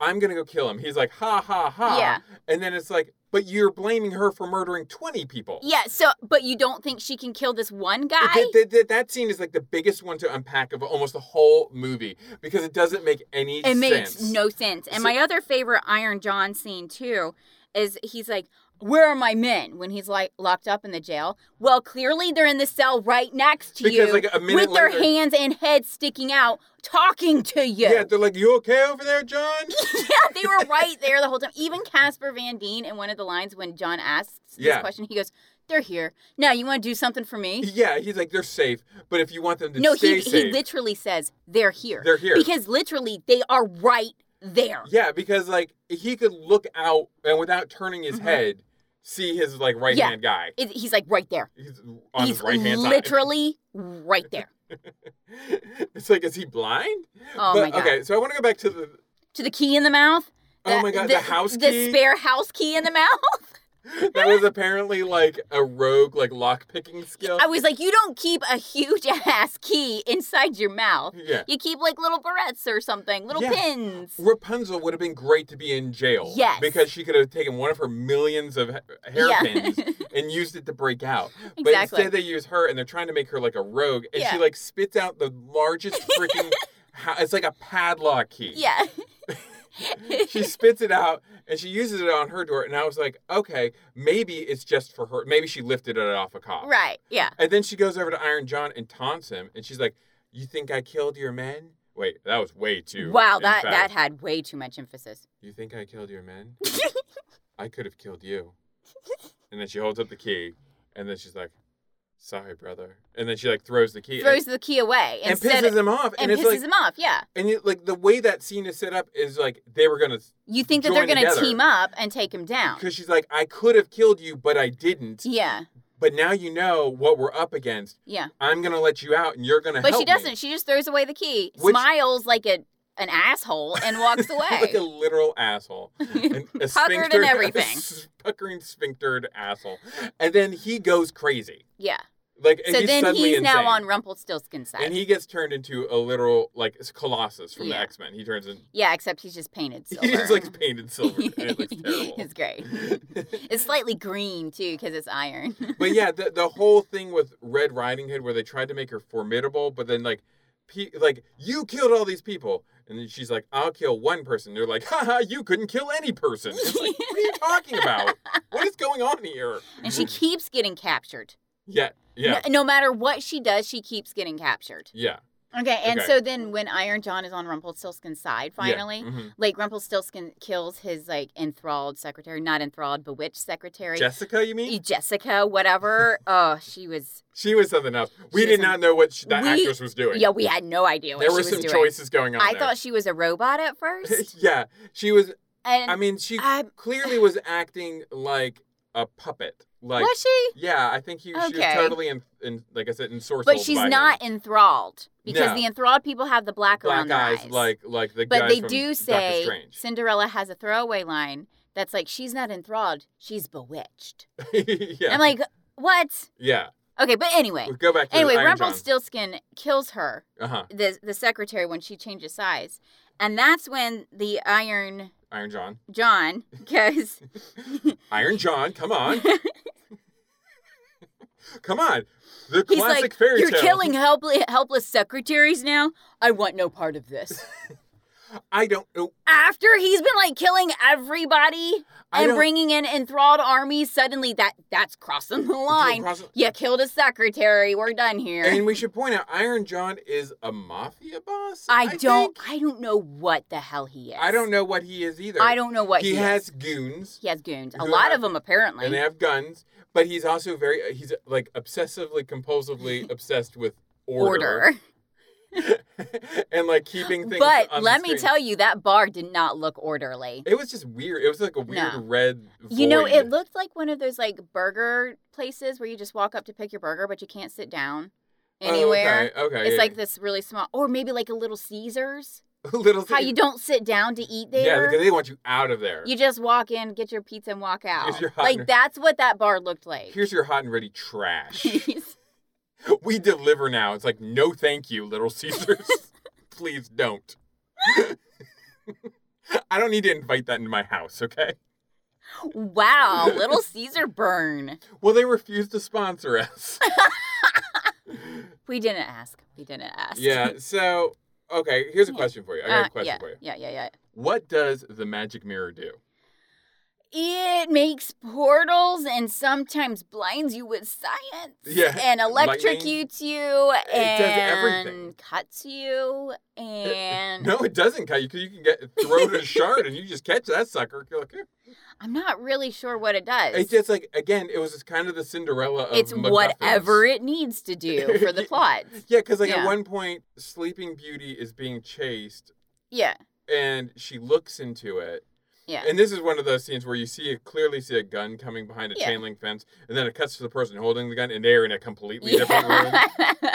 "I'm gonna go kill him." He's like, "Ha ha ha!" Yeah. And then it's like, "But you're blaming her for murdering twenty people." Yeah, so but you don't think she can kill this one guy? Th- th- th- that scene is like the biggest one to unpack of almost the whole movie because it doesn't make any it sense. makes no sense. And So- my other favorite Iron John scene too is he's like, "Where are my men?" When he's like locked up in the jail. Well, clearly they're in the cell right next to Because, you, like, a minute with their later- hands and heads sticking out, talking to you. Yeah, they're like, "You okay over there, John?" Yeah, they were right there the whole time. Even Casper Van Deen in one of the lines when John asks this Yeah. question, he goes, "They're here now. You want to do something for me?" yeah, he's like, "They're safe, but if you want them to no, stay he safe, he literally says, "They're here." They're here. because literally they are right there. yeah, because like he could look out and without turning Mm-hmm. his head, see his like right hand guy. It, he's like right there. He's on he's his right hand literally right there. side. it's like, is he blind? Oh but, my god! Okay, so I want to go back to the. To the key in the mouth. Oh my God, the house key? The spare house key in the mouth. That was apparently like a rogue like lock picking skill. I was like, you don't keep a huge ass key inside your mouth. yeah. You keep like little barrettes or something, little Yeah. pins. Rapunzel would have been great to be in jail. Yes. Because she could have taken one of her millions of ha- Yeah. hairpins and used it to break out. But Exactly. instead, they use her and they're trying to make her like a rogue. And Yeah. she like spits out the largest freaking. ho- it's like a padlock key. Yeah. She spits it out and she uses it on her door. And I was like, okay, maybe it's just for her. Maybe she lifted it off a cop. right. Yeah. And then she goes over to Iron John and taunts him. And she's like, you think I killed your men? Wait, that was way too. Wow, that emphatic. that had way too much emphasis. You think I killed your men? I could have killed you. And then she holds up the key, and then she's like, "Sorry, brother." And then she like throws the key and- Throws the key away and, instead pisses him off. and And, it's pisses like, him off. Yeah. and it, like the way that scene is set up is like they were gonna, You think that they're Join gonna together. team up and take him down. because she's like, "I could have killed you, but I didn't." Yeah. But now you know what we're up against. Yeah. I'm gonna let you out, and you're gonna. But help she me." doesn't. She just throws away the key, Which- smiles like a an asshole, and walks away. like a literal asshole. An- a Puckered and sphinctered- everything. puckering, sphinctered asshole. And then he goes crazy. yeah. Like and So he's then suddenly he's now insane. on Rumpelstiltskin's side. And he gets turned into a literal like it's Colossus from the Yeah. X Men. He turns in. yeah, except he's just painted silver. He's like painted silver. and it looks terrible. it's great. It's slightly green too, because it's iron. but yeah, the the whole thing with Red Riding Hood, where they tried to make her formidable, but then like, pe- like you killed all these people, and then she's like, "I'll kill one person." They're like, "Haha, you couldn't kill any person." It's like, what are you talking about? What is going on here? and she keeps getting captured. Yeah, yeah, No, no matter what she does, she keeps getting captured. yeah. Okay, and Okay. so then when Iron John is on Rumpelstiltskin's side, yeah, finally, mhm. like Rumpelstiltskin kills his like enthralled secretary, not enthralled, bewitched secretary, E, Jessica, you mean? Jessica, whatever. oh, she was. She was something else. We She did was- not know what sh that we- actress was doing. Yeah, we had no idea what there she were was some doing. choices going on. I there. thought she was a robot at first, yeah, she was. and I mean, she I- clearly was acting like a puppet. Like, was she? yeah, I think he, she was Okay. totally in, in, like I said, ensorcelled. But she's by him. not enthralled because No. the enthralled people have the black, black around their eyes, eyes. like like the but guy they from do Doctor say Strange. Cinderella has a throwaway line that's like she's not enthralled, she's bewitched. yeah, I'm like, what? yeah. Okay, but anyway, We'll go back to anyway, Iron Rumpelstiltskin kills her, Uh huh. the the secretary when she changes size, and that's when the iron Iron John. John goes, Iron John, come on. come on. The he's classic like, fairy you're tale. killing helpli- helpless secretaries now. I want no part of this. I don't oh, know. After he's been like killing everybody I and don't- bringing in enthralled armies, suddenly that that's crossing the line. Cross- You killed a secretary. We're done here. And we should point out Iron John is a mafia boss. I, don't. think? I don't know what the hell he is. I don't know what he is either. I don't know what he, he, is. has goons He has goons. A Who lot have- of them apparently. and they have guns, but he's also very uh, he's like obsessively compulsively obsessed with order, order. and like keeping things But let me tell you, that bar did not look orderly. It was just weird. It was like a weird No. red You know, void. it looked like one of those like burger places where you just walk up to pick your burger, but you can't sit down Oh, anywhere. okay. okay It's yeah, like this really small, or maybe like a little Caesars. yeah. little How thing. you don't sit down to eat Yeah, there. because they want you out of there. you just walk in, get your pizza, and walk out. your hot Like and- that's what that bar looked like. Here's your hot and ready trash. He's- we deliver now. It's like, no, thank you, Little Caesars. Please don't. I don't need to invite that into my house, okay? wow, little Caesar burn. Well, they refused to sponsor us. We didn't ask. We didn't ask. yeah, so, okay, here's a Yeah. question for you. I got Uh, a question yeah, for you. yeah, yeah, yeah. What does the magic mirror do? It makes portals and sometimes blinds you with science. Yeah, And lightning. electrocutes you It does and everything. cuts you and No, it doesn't cut you because you can get thrown a shard and you just catch that sucker. You're like, "Eh." I'm not really sure what it does. it's just um, like again, it was just kind of the Cinderella of It's MacGuffins. whatever it needs to do for the plot. Yeah, because like Yeah. at one point, Sleeping Beauty is being chased Yeah. and she looks into it. Yeah. And this is one of those scenes where you see it clearly see a gun coming behind a Yeah. chain link fence, and then it cuts to the person holding the gun, and they're in a completely different room.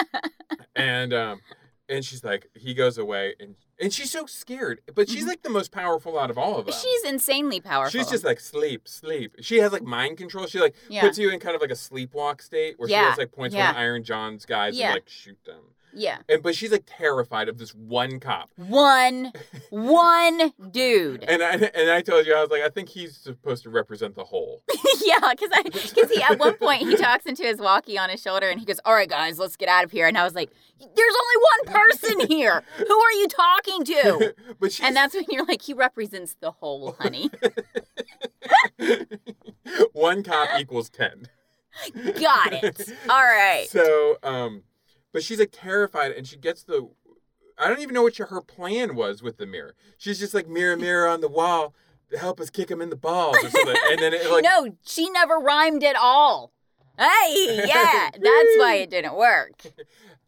And um, and she's like, he goes away, and and she's so scared, but she's Mhm. like the most powerful out of all of them. She's insanely powerful. She's just like sleep, sleep. She has like mind control. She like Yeah. puts you in kind of like a sleepwalk state where Yeah, she has like points yeah. when Iron John's guys Yeah. and like shoot them. yeah. And but she's like terrified of this one cop. One one dude. And I and I told you I was like I think he's supposed to represent the whole. yeah, because I because he at one point he talks into his walkie on his shoulder and he goes, "All right, guys, let's get out of here." And I was like, "There's only one person here. Who are you talking to?" but she's And that's when you're like, "He represents the whole, honey." one cop equals ten. Got it. All right. So um, but she's like terrified and she gets the. I don't even know what she- her plan was with the mirror. She's just like mirror, mirror on the wall, help us kick him in the balls or something. And then it like no, she never rhymed at all. Hey, yeah, that's why it didn't work.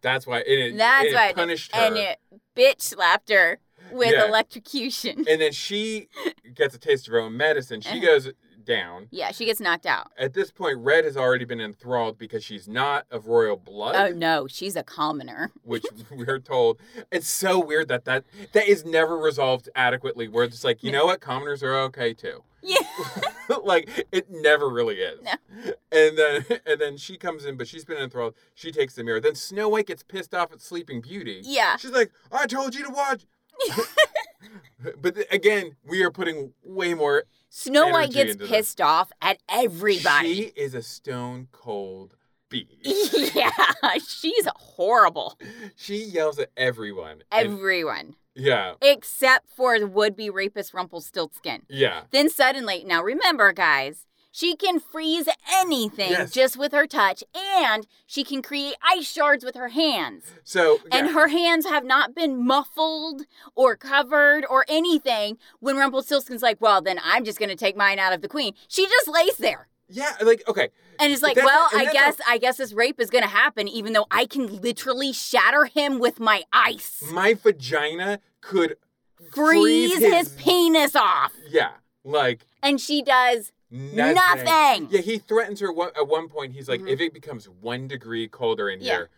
That's why and it, That's and it why it- punished her. And it bitch slapped her with Yeah. electrocution. And then she gets a taste of her own medicine. She Uh-huh. goes down. Yeah, she gets knocked out. At this point, Red has already been enthralled because she's not of royal blood, Oh no, she's a commoner. which we're told. It's so weird that, that that is never resolved adequately. We're just like, you know what? Commoners are okay too. Yeah. like it never really is. No. And then and then she comes in, but she's been enthralled. She takes the mirror. Then Snow White gets pissed off at Sleeping Beauty. Yeah. She's like, I told you to watch. but th- again, we are putting way more. Snow White energy gets into this. pissed off at everybody. She is a stone cold bee. yeah, she's horrible. she yells at everyone. and- Everyone yeah. except for the would-be rapist Rumpelstiltskin. Yeah. Then suddenly, now remember, guys, she can freeze anything Yes. just with her touch, and she can create ice shards with her hands. So And yeah. her hands have not been muffled or covered or anything. When Rumpelstiltskin's like, "Well, then I'm just gonna take mine out of the queen," she just lays there. Yeah, like okay. And it's like, That's- well, and I that's guess I guess this rape is gonna happen, even though I can literally shatter him with my ice, My vagina could freeze, Mm, freeze his... his- penis off, yeah, like and she does nothing. nothing. Yeah, he threatens her one, at one point. He's like, Mhm. if it becomes one degree colder in Yeah. here,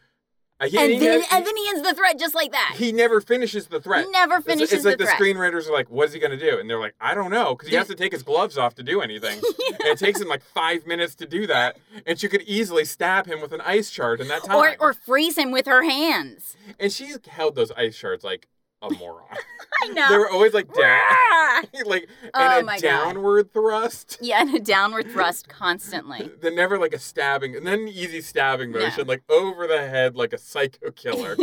Uh, he- And he then never- and then he ends the threat just like that. he never finishes the threat. Never It's- It's, finishes like the the, threat. screenwriters are like, "What is he gonna do?" And they're like, "I don't know," because he has to take his gloves off to do anything. And it takes him like five minutes to do that, and she could easily stab him with an ice shard in that time. Or or freeze him with her hands. and she held those ice shards like a moron. I know. They were always like down, Rah! like and Oh a my God. downward thrust. Yeah, and a downward thrust constantly. Then never like a stabbing, and then an easy stabbing motion, like over the head, like a psycho killer.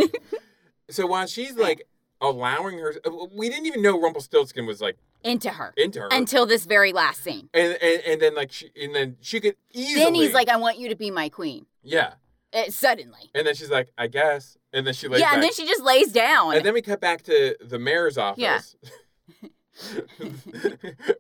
so while she's like allowing her, uh, we didn't even know Rumpelstiltskin was like Into her. into her, Until this very last scene. and, and and then like she, and then she could easily. Then he's like, I want you to be my queen. yeah, Uh, suddenly. and then she's like, I guess, and then she like, yeah, and then she just lays down. And then we cut back to the mayor's Yeah. office.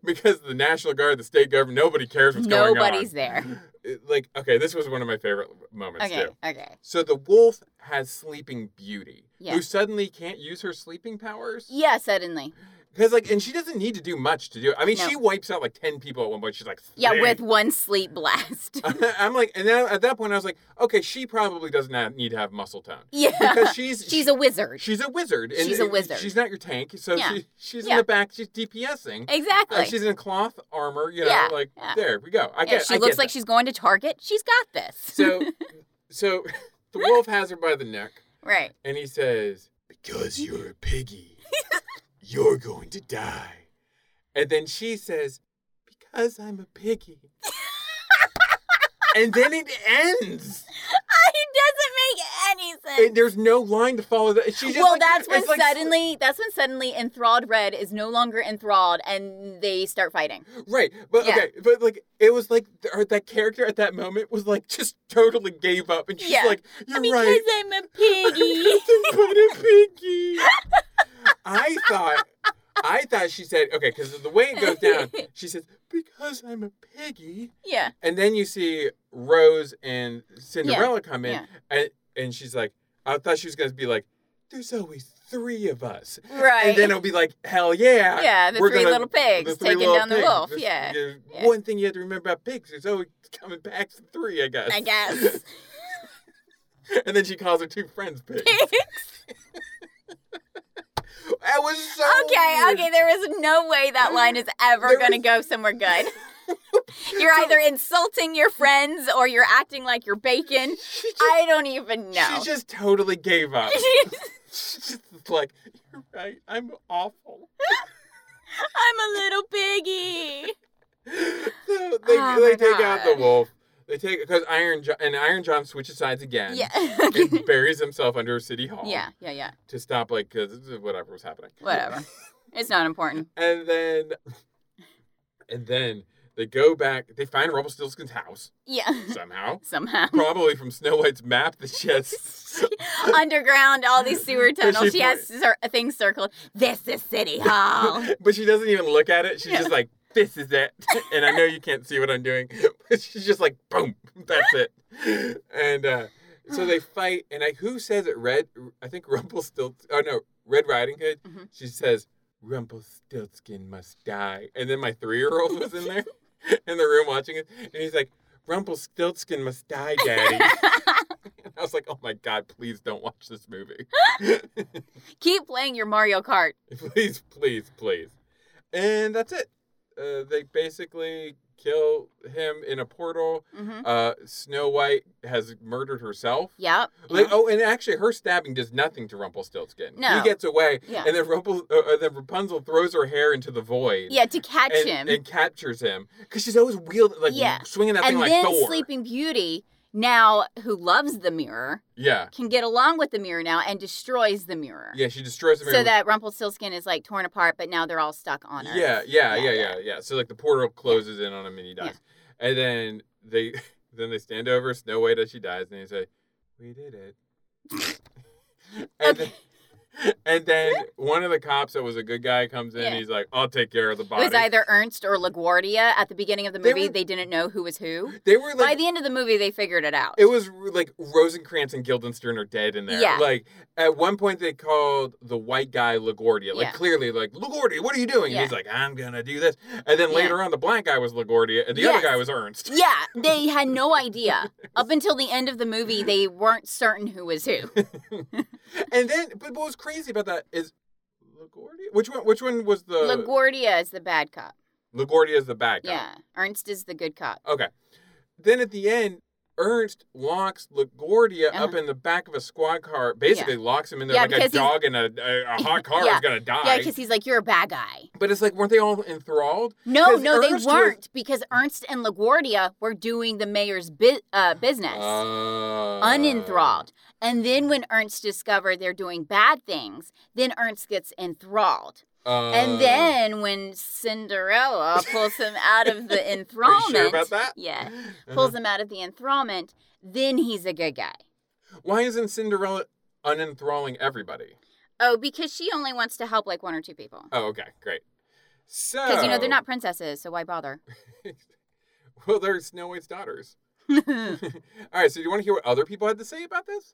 because the National Guard, the state government, nobody cares what's Nobody's going there. on. Nobody's like okay, this was one of my favorite moments Okay, too. okay. So the wolf has Sleeping Beauty, Yeah. who suddenly can't use her sleeping powers Yeah, suddenly. because like, and she doesn't need to do much to do it. I mean, No. she wipes out like ten people at one point. She's like, Yeah, "Sleep." with one sleep blast. I'm like, and then at that point, I was like, okay, she probably doesn't have, need to have muscle tone yeah. because she's She's a wizard. She's a wizard. And She's a and wizard. She's not your tank. So Yeah. she, she's in Yeah. the back. She's DPSing. Exactly. Uh, she's in cloth armor. You know, Yeah, like yeah. there we go. I Yeah, get. she I looks get like she's going to Target. She's got this. that. So, so the wolf has her by the neck, right. and he says, "Because you're a piggy, you're going to die." And then she says, "Because I'm a piggy." and then it ends. it doesn't make any sense. And there's no line to follow. That she just well, like- that's when it's like- suddenly that's when suddenly enthralled red is no longer enthralled and they start fighting. Right, but Yeah. okay, but like it was like th- or that character at that moment was like just totally gave up, and she's Yeah. like, "You're because right, I'm a piggy. Dakota Pinky." I thought, I thought she said, okay, because the way it goes down, she says, "Because I'm a piggy," yeah. and then you see Rose and Cinderella come in, yeah. and and she's like, I thought she was gonna be like, "There's always three of us," Right. and then it'll be like, "Hell yeah!" yeah, the we're 3 gonna- little pigs the three taking little down the pigs. wolf. This- yeah. you- yeah. One thing you have to remember about pigs is always coming back to three, I guess. I guess. and then she calls her two friends pigs. That was so. okay, weird. okay, there is no way that line is ever There going to was- go somewhere good. You're either insulting your friends or you're acting like you're bacon. She just, I don't even know. she just totally gave up. She's just like, you're right, I'm awful. I'm a little piggy. So they, Oh my they take out the God. wolf. They take because Iron John and Iron John switches sides again. Yeah. and buries himself under City Hall. yeah, yeah, yeah. To stop like 'cause whatever was happening. Whatever. It's not important. and then and then they go back they find rumpelstiltskin's house Yeah. somehow Somehow. probably from snow white's map that she has Underground, all these sewer Does she tunnels. She put- has cir- things circled. This is City Hall. but she doesn't even look at it she's Yeah. just like this is it and i know you can't see what i'm doing but she's just like boom that's it and uh so they fight and i who says it red i think rumpelstiltskin oh no red riding hood Mhm. she says rumpelstiltskin must die and then my three-year-old was in there in the room watching it and he's like rumpelstiltskin must die daddy I was like, oh my God, please don't watch this movie. Keep playing your Mario Kart. please, please, please. And that's it. Uh, they basically kill him in a portal. Mm-hmm. Uh, Snow White has murdered herself. Yep. Like, oh, and actually, her stabbing does nothing to Rumpelstiltskin. No. He gets away, Yeah. and then, Rumpel, uh, uh, then Rapunzel throws her hair into the void. yeah, to catch and, him. and captures him because she's always wielding, like, Yeah. swinging that and thing then like Thor. Sleeping Beauty, now who loves the mirror, Yeah, can get along with the mirror now and destroys the mirror. yeah, she destroys him. So that Rumpelstiltskin is like torn apart, but now they're all stuck on Earth. Yeah, yeah, Yeah, yeah, yeah, yeah. yeah, So like the portal closes in on him and he dies, and then they then they stand over Snow White as she dies, and they say, "We did it." and, then, and then one of the cops that was a good guy comes in. Yeah. He's like, "I'll take care of the It body." was either Ernst or LaGuardia at the beginning of the They movie. They, were- didn't know who was who. they were By like, the end of the movie, they figured it out. it was r- like Rosencrantz and Guildenstern are dead in there. Yeah. Like at one point they called the white guy LaGuardia. Like Yeah. clearly, like LaGuardia, what are you doing? Yeah. And he's like, "I'm gonna do this." And then Yeah. later on, the black guy was LaGuardia, and the Yes. other guy was Ernst. Yeah, they had no idea. Up until the end of the movie, they weren't certain who was who. And then, but what was crazy about that is LaGuardia. Which one? Which one was the LaGuardia is the bad cop. LaGuardia is the Uh, bad guy. Yeah. Ernst is the good cop. Okay. Then at the end, Ernst locks LaGuardia up Uh-huh. in the back of a squad car, basically locks him in there Yeah, like a because he's- dog in a, a, a hot car Yeah. is gonna die. Yeah, because he's like, you're a bad guy. but it's like, weren't they all enthralled? No, 'Cause no, Ernst was- they weren't because Ernst and LaGuardia were doing the mayor's bu- uh, business, Uh, unenthralled. And then when Ernst discovered they're doing bad things, then Ernst gets enthralled. uh, and then when Cinderella pulls him out of the are you enthrallment, sure about that? yeah, Uh-huh. pulls him out of the enthrallment, then he's a good guy. Why isn't Cinderella unenthralling everybody? Oh, because she only wants to help like one or two people. Oh, okay, great. So Because you know Oh. they're not princesses, so why bother? Well, they're Snow White's daughters. All right, so do you want to hear what other people had to say about this?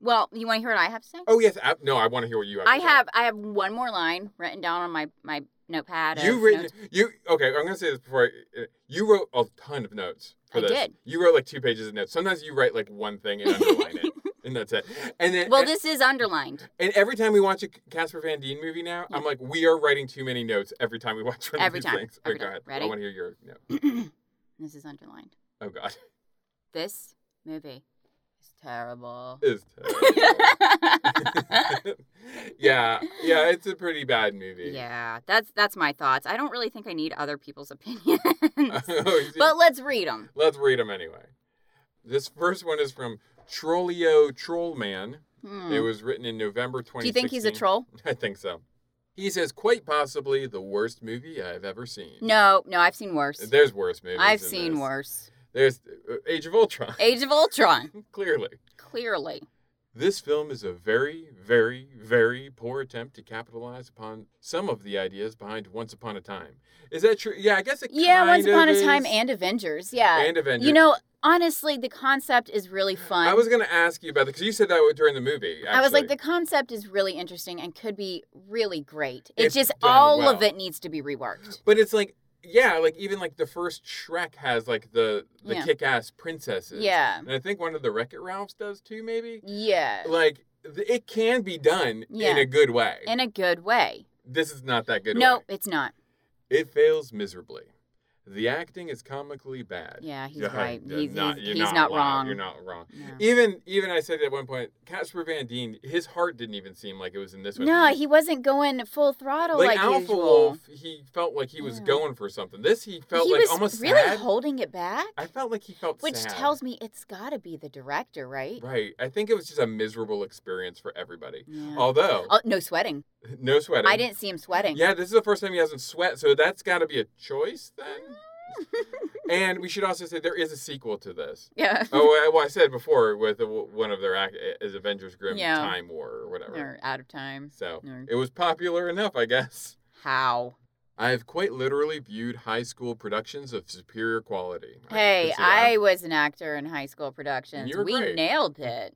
well, you want to hear what I have to say? Oh yes, ab- no, I want to hear what you have. I to say. have I have one more line written down on my my notepad. of You written notes. you okay? I'm gonna say this before I, uh, you wrote a ton of notes for I this. did. You wrote like two pages of notes. Sometimes you write like one thing and underline it, and that's it. And then Well, and, this is underlined and every time we watch a Casper Van Dien movie now, I'm like, we are writing too many notes every time we watch one Every of these time, things. every okay, go time. ahead. I Ready? want to hear your note. this is underlined. Oh God, This movie is terrible. it's terrible. yeah, yeah, it's a pretty bad movie. yeah, that's that's my thoughts. I don't really think I need other people's opinions. but but let's read them. let's read them anyway. This first one is from Trollio Trollman. It was written in November 2016. Hmm. Do you think he's a troll? I think so. He says, quite possibly the worst movie I've ever seen. No, no, I've seen worse. There's worse movies. I've than seen this. worse. There's uh, Age of Ultron, Age of Ultron, clearly. clearly. This film is a very, very, very poor attempt to capitalize upon some of the ideas behind Once Upon a Time. Is that true? Yeah, I guess it Yeah, kind Once Upon of a Time is. and Avengers. Yeah. And Avengers. You know, honestly, the concept is really fun. I was going to ask you about that because you said that during the movie. I was like, actually. the concept is really interesting and could be really great. It's If just done all of well. it needs to be reworked. But it's like, yeah, like even like the first Shrek has like the the Yeah. kick-ass princesses. Yeah. and I think one of the Wreck-It Ralphs does too, maybe. Yeah. Like th- it can be done in Yeah. a good way. In a good way. this is not that good. no, way. it's not. it fails miserably. The acting is comically bad. Yeah, he's Yeah, right. you're He's, not- he's, you're he's not lying. wrong. You're not wrong. No. Even even I said at one point, Casper Van Dien, his heart didn't even seem like it was in this one. No, he wasn't going full throttle like, like, Alpha usual. Wolf, he felt like he was Yeah. going for something. This he felt he like was almost really sad. holding it back, I felt like he felt which sad. tells me it's got to be the director, right? Right. I think it was just a miserable experience for everybody. Yeah. Although, Oh, no sweating. no sweating. I didn't see him sweating. Yeah, this is the first time he hasn't sweat, so that's got to be a choice then. and we should also say there is a sequel to this. Yeah. Oh, I- well, I said before with the, one of their act is Avengers Grim Yeah. Time War or whatever. Or out of time. So Nerd. it was popular enough, I guess. How? I have quite literally viewed high school productions of superior quality. I Hey, can see that. I was an actor in high school productions. You were we great. nailed it.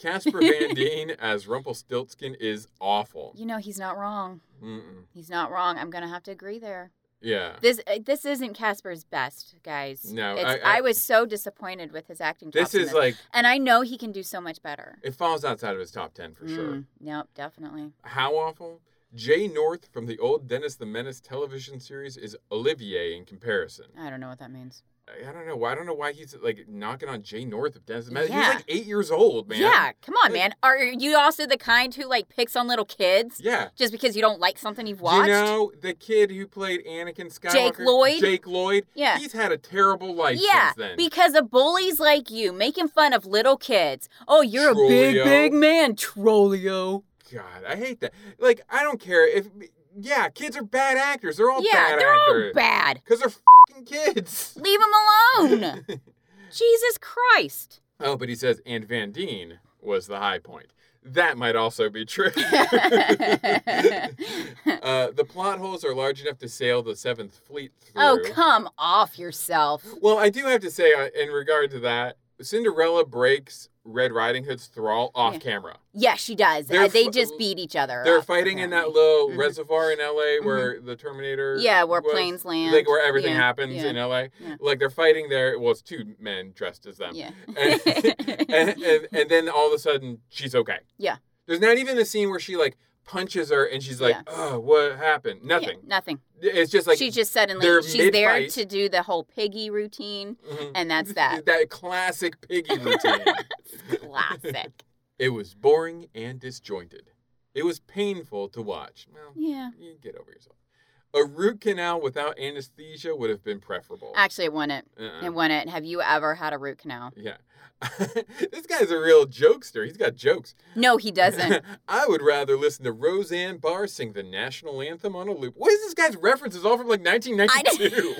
Casper Van Dien as Rumpelstiltskin is awful. You know, he's not wrong. Mm-mm. He's not wrong. I'm gonna have to agree there. Yeah. This uh, this isn't Casper's best, guys. No, it's, I- I- I, was so disappointed with his acting. chops This in is like and I know he can do so much better. it falls outside of his top ten for sure. Mm, Nope, definitely. How awful! Jay North from the old Dennis the Menace television series is Olivier in comparison. I don't know what that means. I I don't know. why- I don't know why he's like knocking on Jay North of Dennis the Menace. He's Yeah. like eight years old, man. Yeah, come on, Like- man. Are you also the kind who like picks on little kids Yeah. just because you don't like something you've Do You watched? know the kid who played Anakin Skywalker, Jake Lloyd? Jake Lloyd. Yeah. He's had a terrible life yeah, since then. because of bullies like you making fun of little kids. Oh, you're a big, Trollio. big man, Trollio. God, I hate that. Like, I don't care if. Yeah, kids are bad actors. They're all yeah, bad they're all actors. bad. Because they're fing kids. Leave them alone. Jesus Christ. Oh, but he says, and Van Deen was the high point. That might also be true. uh, the plot holes are large enough to sail the Seventh Fleet through. Oh, come off yourself. Well, I do have to say, uh, in regard to that, Cinderella breaks Red Riding Hood's thrall off Yeah. camera. Yeah, she does. They're Uh, they fu- just beat each other. They're up, fighting in that apparently. little Mhm. reservoir in LA where the Terminator. Mm-hmm. Yeah, where was, planes land. Like where everything Yeah, happens yeah, in LA. yeah. Like they're fighting there. Well, it's two men dressed as them. Yeah. and, and, and, and then all of a sudden she's okay. Yeah. There's not even the scene where she like punches her and she's like, Yeah. "Oh, what happened? Nothing." Yeah, nothing. It's just like she just suddenly they're she's there mid-fight. to do the whole piggy routine, Mhm. and that's that. that classic piggy routine. Classic. it was boring and disjointed. It was painful to watch. Well, Yeah. you get over yourself. A root canal without anesthesia would have been preferable. Actually, it won it. Uh-uh. It won it. Have you ever had a root canal? Yeah. this guy's a real jokester. He's got jokes. No, he doesn't. I would rather listen to Roseanne Barr sing the national anthem on a loop. What is this guy's references? All from like 1992.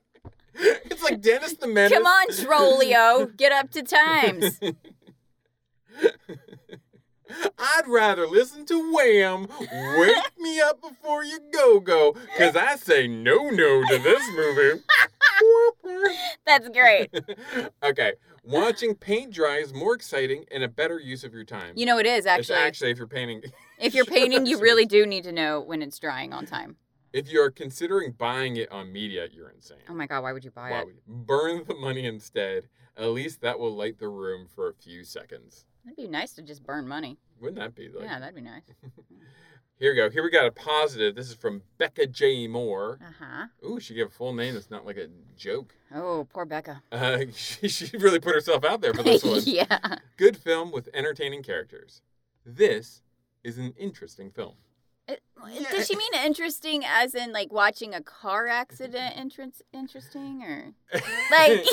it's like Dennis the Menace. Come on, Trollio, get up to times. I'd rather listen to Wham, Wake Me Up Before You Go Go, because I say no no to this movie. That's great. okay, watching paint dry is more exciting and a better use of your time. You know it is It's actually. actually if you're painting. if you're painting, you Seriously. really do need to know when it's drying on time. If you're considering buying it on media, you're insane. Oh my god, why would you buy Why it? would you- Burn the money instead. At least that will light the room for a few seconds. That'd be nice to just burn money. Wouldn't that be like? yeah, that'd be nice. Here we go. Here we got a positive. This is from Becca J. Moore. Uh huh. Ooh, she gave a full name. That's not like a joke. Oh, poor Becca. Uh, she, she really put herself out there for this one. yeah. Good film with entertaining characters. This is an interesting film. It- Yeah. Does she mean interesting as in like watching a car accident entrance interesting or like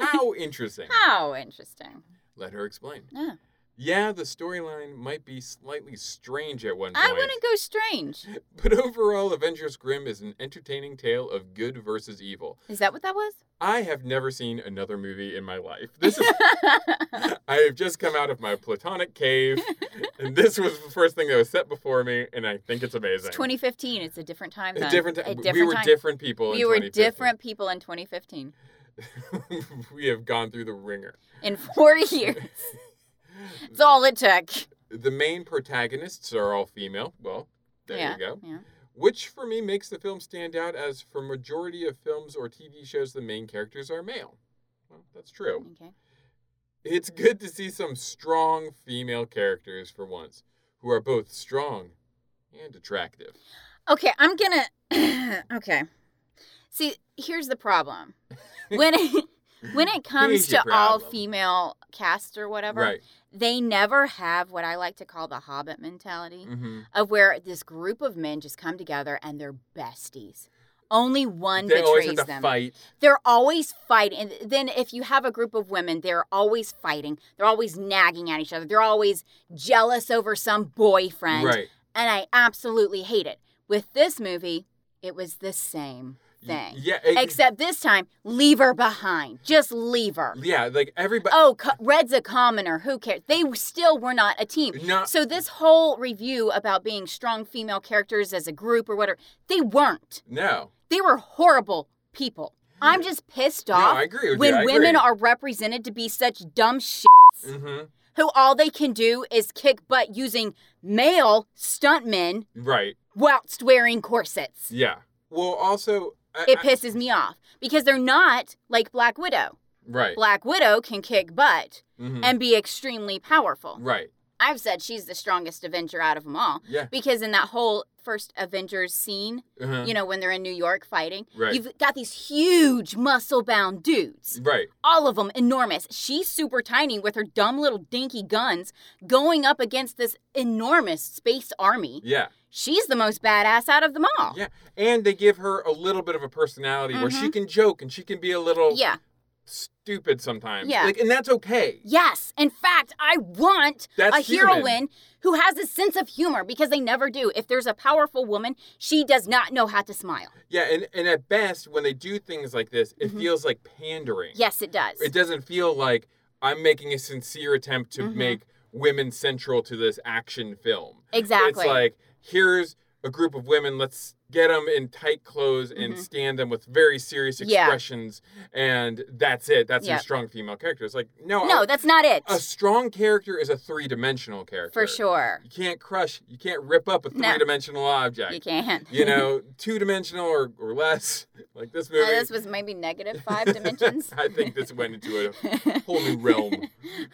how interesting? how interesting? Let her explain. Yeah. Yeah, the storyline might be slightly strange at one point, I want to go strange. but overall, Avengers Grimm is an entertaining tale of good versus evil. Is that what that was? I have never seen another movie in my life. This is I have just come out of my platonic cave, and this was the first thing that was set before me, and I think it's amazing. It's 2015. It's a different time. A Zone. different, A time. different we were time. different people. We in were 2015. different people in 2015. we have gone through the ringer. In four years, it's all it took. The main protagonists are all female. Well, there yeah. you go. Yeah. Which for me makes the film stand out, as for majority of films or TV shows, the main characters are male. Well, that's true. Okay. It's good to see some strong female characters for once, who are both strong and attractive. Okay. I'm gonna. okay. See, here's the problem. When it, when it comes Here's your to all problem. female cast or whatever, Right. they never have what I like to call the hobbit mentality Mm-hmm. of where this group of men just come together and they're besties. Only one They always betrays have to them. fight. They're always fighting. And then if you have a group of women, they're always fighting. They're always nagging at each other. They're always jealous over some boyfriend. Right. And I absolutely hate it. With this movie, it was the same Y- thing. Yeah. ex- Except this time, leave her behind. Just leave her. Yeah, like everybody. Oh, co- Red's a commoner. Who cares? They still were not a team. Not- So this whole review about being strong female characters as a group or whatever, they weren't. No. They were horrible people. I'm just pissed off I agree with when you, I women agree. are represented to be such dumb shit Mm-hmm. who all they can do is kick butt using male stuntmen Right. whilst wearing corsets. Yeah. Well, also. I, It I- pisses me off because they're not like Black Widow. right. Black Widow can kick butt Mhm. and be extremely powerful. right. I've said she's the strongest Avenger out of them all Yeah. because in that whole first Avengers scene, Uh-huh. you know, when they're in New York fighting, Right. Mm-hmm. you've got these huge muscle bound dudes, Right. all of them enormous. She's super tiny with her dumb little dinky guns going up against this enormous space army. Yeah. She's the most badass out of them all. Yeah. And they give her a little bit of a personality where she can joke and she can be a little Mm-hmm. Yeah. stupid sometimes. Yeah. Like, and that's okay. Yes. In fact, I want That's a human. heroine who has a sense of humor because they never do. If there's a powerful woman, she does not know how to smile. Yeah. And, and at best, when they do things like this, it feels like pandering. Mm-hmm. Yes, it does. It doesn't feel like I'm making a sincere attempt Mm-hmm. to make women central to this action film. Exactly. It's like, here's a group of women. Let's get them in tight clothes and Mhm. stand them with very serious Yeah. expressions, and that's it. That's Yeah. your strong female character. It's like no, No, a, that's not it. a strong character is a three-dimensional character For sure. You can't crush. You can't rip up a No. three-dimensional object. You can't. you know, two-dimensional or, or less, like this movie. Uh, this was maybe negative five dimensions. I think this went into a whole new realm.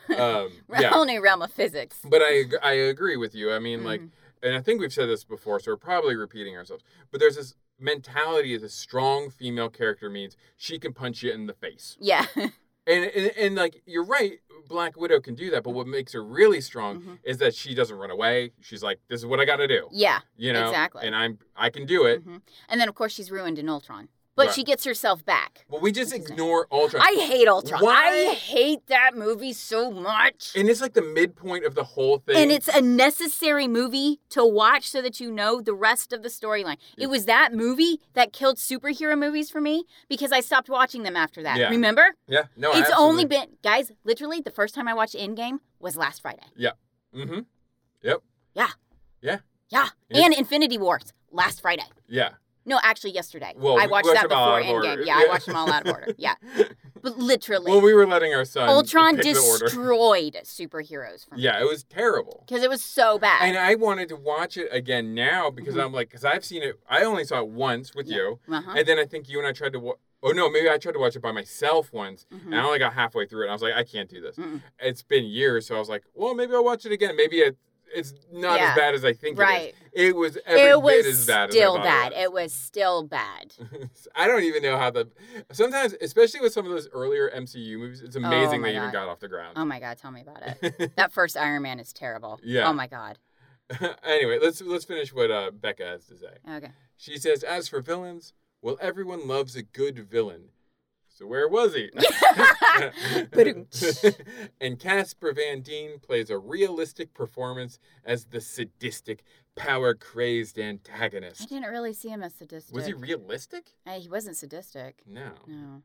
Um, A yeah, whole new realm of physics. but I ag- I agree with you. I mean, like, Mm-hmm. and I think we've said this before, so we're probably repeating ourselves. But there's this mentality that a strong female character means she can punch you in the face, Yeah. and and, and like you're right. Black Widow can do that, but what makes her really strong Mhm. is that she doesn't run away. She's like, "This is what I got to do," Yeah. you know, exactly. And I'm I can do it. hmm And then, of course, she's ruined in Ultron. But Right. she gets herself back. But we just Which is nice. ignore Ultron. I hate Ultron. Why- I hate that movie so much. and it's like the midpoint of the whole thing. and it's a necessary movie to watch so that you know the rest of the storyline. Yeah. It was that movie that killed superhero movies for me because I stopped watching them after that. Yeah. Remember? yeah, no, it's absolutely. only been guys, literally the first time I watched Endgame was last Friday. Mm-hmm. Yeah. Yeah. And Infinity Wars last Friday. Yeah. No, actually yesterday. Well, I we watched watched that them all before out of order. Endgame. Yeah, I Yeah. watched them all out of order. Yeah. But literally. Well, we were letting our son Ultron pick the order. destroyed superheroes for me. Yeah, it was terrible. Because it was so bad. And I wanted to watch it again now because Mhm. I'm like, because I've seen it. I only saw it once with Yeah. you, Uh-huh. and then I think you and I tried to. Wa- oh no, maybe I tried to watch it by myself once, Mhm. and I only got halfway through it. And I was like, I can't do this. Mm-mm. It's been years, so I was like, well, maybe I'll watch it again. Maybe it, it's not Yeah. as bad as I think Right. it is. It was every It was bit as bad still as I thought bad. It was still bad. was. I don't even know how the. Sometimes, especially with some of those earlier MCU movies, it's amazing Oh my they even God. got off the ground. Oh my god, tell me about it. That first Iron Man is terrible. Yeah. Oh my god. anyway, let's let's finish what uh, Becca has to say. Okay. She says, "As for villains, well, everyone loves a good villain. So where was he?" Ba-dum. and Casper Van Dien plays a realistic performance as the sadistic, power-crazed I antagonist. didn't really see him as sadistic. Was he Mm. realistic? I- he wasn't sadistic. No. No.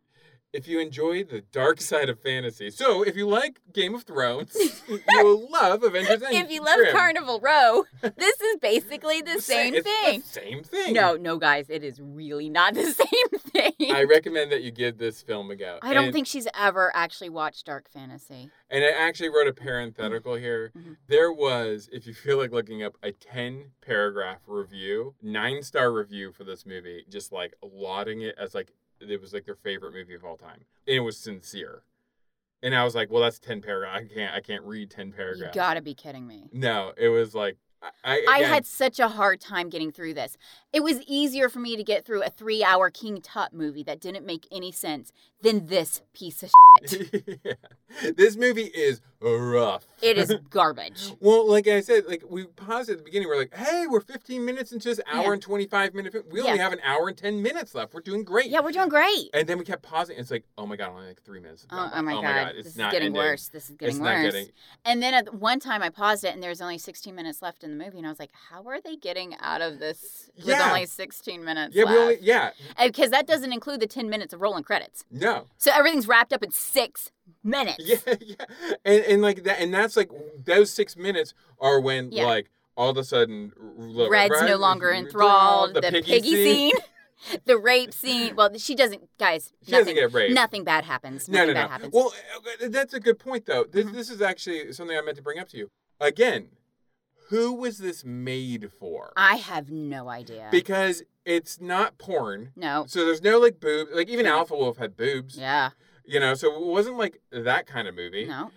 If you enjoy the dark side of fantasy, so if you like Game of Thrones, you'll love Avengers. If you love Endgame. Carnival Row, this is basically the same it's the thing. same thing. No, no, guys, it is really not the same thing. I recommend that you give this film a go. I don't And- think she's ever actually watched Dark Fantasy. And I actually wrote a parenthetical here. Mhm. There was, if you feel like looking up, a 10 paragraph review, nine star review for this movie, just like lauding it as like, it was like their favorite movie of all time. And it was sincere. And I was like, well, that's 10 paragraphs. I can't, I can't read 10 You paragraphs. gotta be kidding me. no, it was like, I, I, I again, had such a hard time getting through this. It was easier for me to get through a three hour King Tut movie that didn't make any sense than this piece of shit. Yeah. This movie is rough. It is garbage. Well, like I said, like we paused at the beginning. We're like, "Hey, we're 15 minutes into this hour Yeah. and 25 minute. fi- We only Yeah. have an hour and 10 minutes left. We're doing great." Yeah, we're doing great. And then we kept pausing. It's like, "Oh my god, only like three minutes." Oh, oh my, god. it's this is not getting ending. worse. This is getting it's worse. not getting. And then at one time I paused it and there was only 16 minutes left in the movie. And I was like, how are they getting out of this with Yeah. only 16 minutes Yeah, left? we only. Yeah, Because Uh, that doesn't include the 10 minutes of rolling credits. no. So everything's wrapped up in six minutes. Yeah, yeah. And and like that. And that's like those six minutes are when Yeah. like all of a sudden, r- look, Red's Red no was longer enthralled. The, piggy, scene, the rape scene. Well, she doesn't, guys. She nothing, doesn't get raped. Nothing bad happens. No, Nothing no, bad no. happens. Well, uh, that's a good point, though. This, Mhm. this is actually something I meant to bring up to you. Again, who was this made for? I have no idea. Because it's not porn. no. So there's no like boobs. Like even Alpha Wolf had boobs. Yeah. You know, so it wasn't like that kind of movie. No.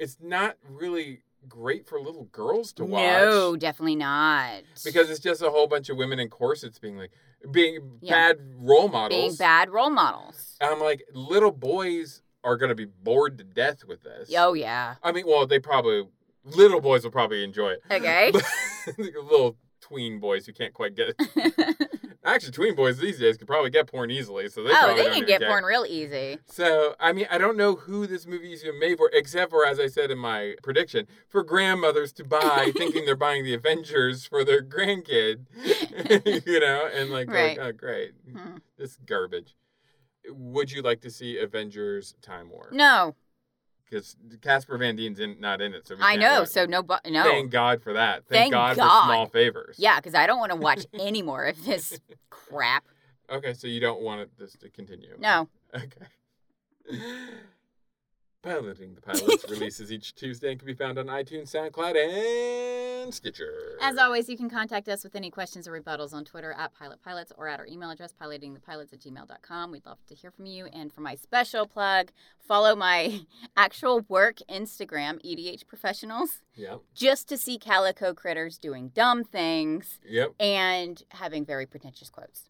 It's not really great for little girls to watch. No, definitely not. Because it's just a whole bunch of women in corsets being like being Yeah. bad role being models. bad role models. I'm like little boys are gonna be bored to death with this. Oh yeah. I mean, well, they probably little boys will probably enjoy it. Okay. But- little tween boys who can't quite get. Oh, Actually, tween boys these days could probably get porn easily, so they oh, probably they don't can even get porn real easy. So, I mean, I don't know who this movie is even made for, except for, as I said in my prediction, for grandmothers to buy, thinking they're buying the Avengers for their grandkid. you know, and like, they're Right. like, oh, great, Hmm. this is garbage. Would you like to see Avengers Time War? No. because Casper Van Dien's in, not in it. So we I can't know. vote. So no, bu- no. Thank God for that. Thank Thank, God, God. for small favors. Yeah, because I don't want to watch any more of this crap. Okay, so you don't want it, this to continue. No. Okay. Piloting the Pilots releases each Tuesday and can be found on iTunes, SoundCloud, and Stitcher. As always, you can contact us with any questions or rebuttals on Twitter at Pilot Pilots or at our email address, pilotingthepilots at gmail.com. We'd love to hear from you. And for my special plug, follow my actual work Instagram, EDH Professionals, Yep. just to see calico critters doing dumb things Yep. and having very pretentious quotes.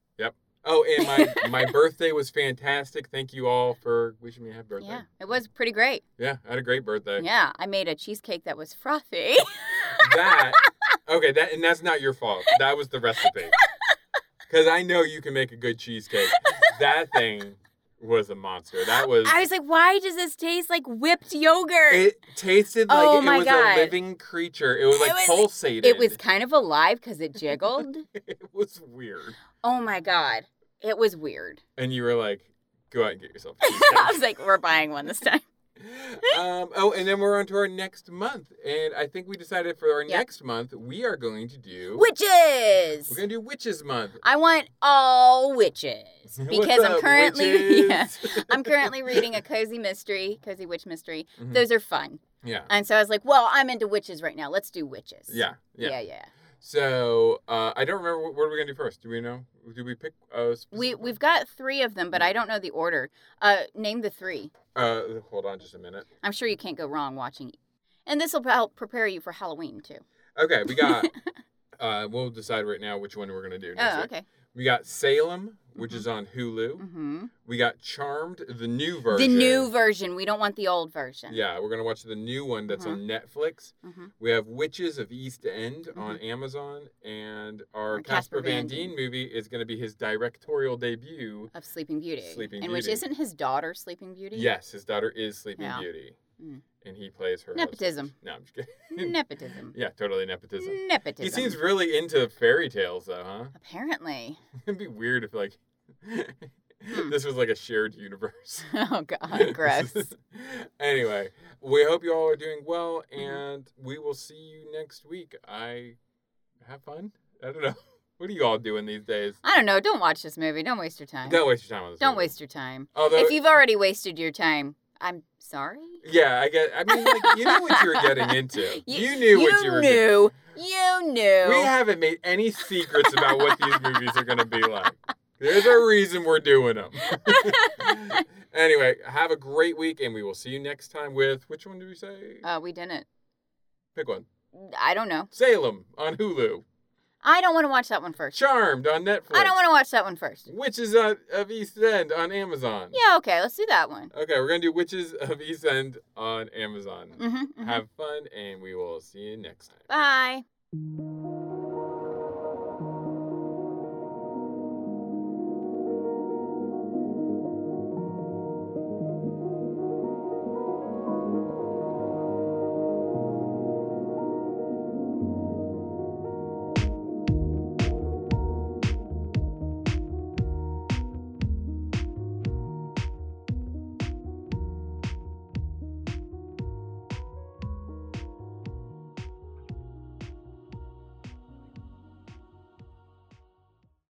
Oh, and my, my birthday was fantastic. Thank you all for wishing me a happy birthday. Yeah, it was pretty great. Yeah, I had a great birthday. Yeah, I made a cheesecake that was frothy. That okay, that and that's not your fault. That was the recipe. Cause I know you can make a good cheesecake. That thing was a monster. That was I was like, why does this taste like whipped yogurt? it tasted like Oh it my was God. a living creature. It was It like was- pulsated. It was kind of alive because it jiggled. it was weird. oh my god, it was weird. And you were like, go out and get yourself a I was cheesecake. like, we're buying one this time. um, oh, and then we're on to our next month. And I think we decided for our Yeah. next month we are going to do Witches. We're gonna do Witches Month. I want all witches What's because I'm up, currently yeah, witches? I'm currently reading a cozy mystery, cozy witch mystery. Mhm. Those are fun, Yeah. and so I was like, well, I'm into witches right now. Let's do witches. Yeah, yeah. yeah, So uh, I don't remember what, what are we gonna do first. Do we know? Do we pick? Uh, We specific- we've got three of Hmm. them, but I don't know the order. Uh, name the three. uh, hold on just a minute. I'm sure you can't go wrong watching. e-, And this will help prepare you for Halloween too. Okay, we got. uh, we'll decide right now which one we're gonna do. Next Oh, week. okay. We got Salem, which Mhm. is on Hulu. hmm We got Charmed, the new The version. new version. We don't want the old version. Yeah, we're gonna watch the new one that's on Netflix. hmm We have Witches of East End on Amazon, and Mm-hmm. our Or Casper, Casper Van Van Dien Dien. movie is gonna be his directorial debut. Of Sleeping Beauty. Sleeping and which Beauty. isn't his daughter Sleeping Beauty? Yes, his daughter is Sleeping Yeah. Beauty, Mm. and he plays her. husband. Nepotism. No, I'm just kidding. Nepotism. Yeah, totally nepotism. Nepotism. He seems really into fairy tales, though, huh? Apparently. It'd be weird if like Hmm. this was like a shared universe. Oh God, gross. anyway, we hope you all are doing well, Mhm. and we will see you next week. I have fun. I don't know. What are you all doing these days? I don't know. Don't watch this movie. Don't waste your time. Don't waste your time on this. Don't movie. waste your time. Although, if you've already wasted your time, I'm sorry. yeah, I get. I mean, like you know what you were getting into. You, knew what you were. getting- knew. You knew. We haven't made any secrets about what these movies are going to be like. There's a reason we're doing them. anyway, have a great week, and we will see you next time with which one did we say? uh, we didn't. Pick one. I don't know. Salem on Hulu. I don't want to watch that one first. Charmed on Netflix. I don't want to watch that one first. Witches of of East End on Amazon. Yeah, okay, let's do that one. Okay, we're going to do Witches of East End on Amazon. hmm Have fun, and we will see you next time. Bye. Bye.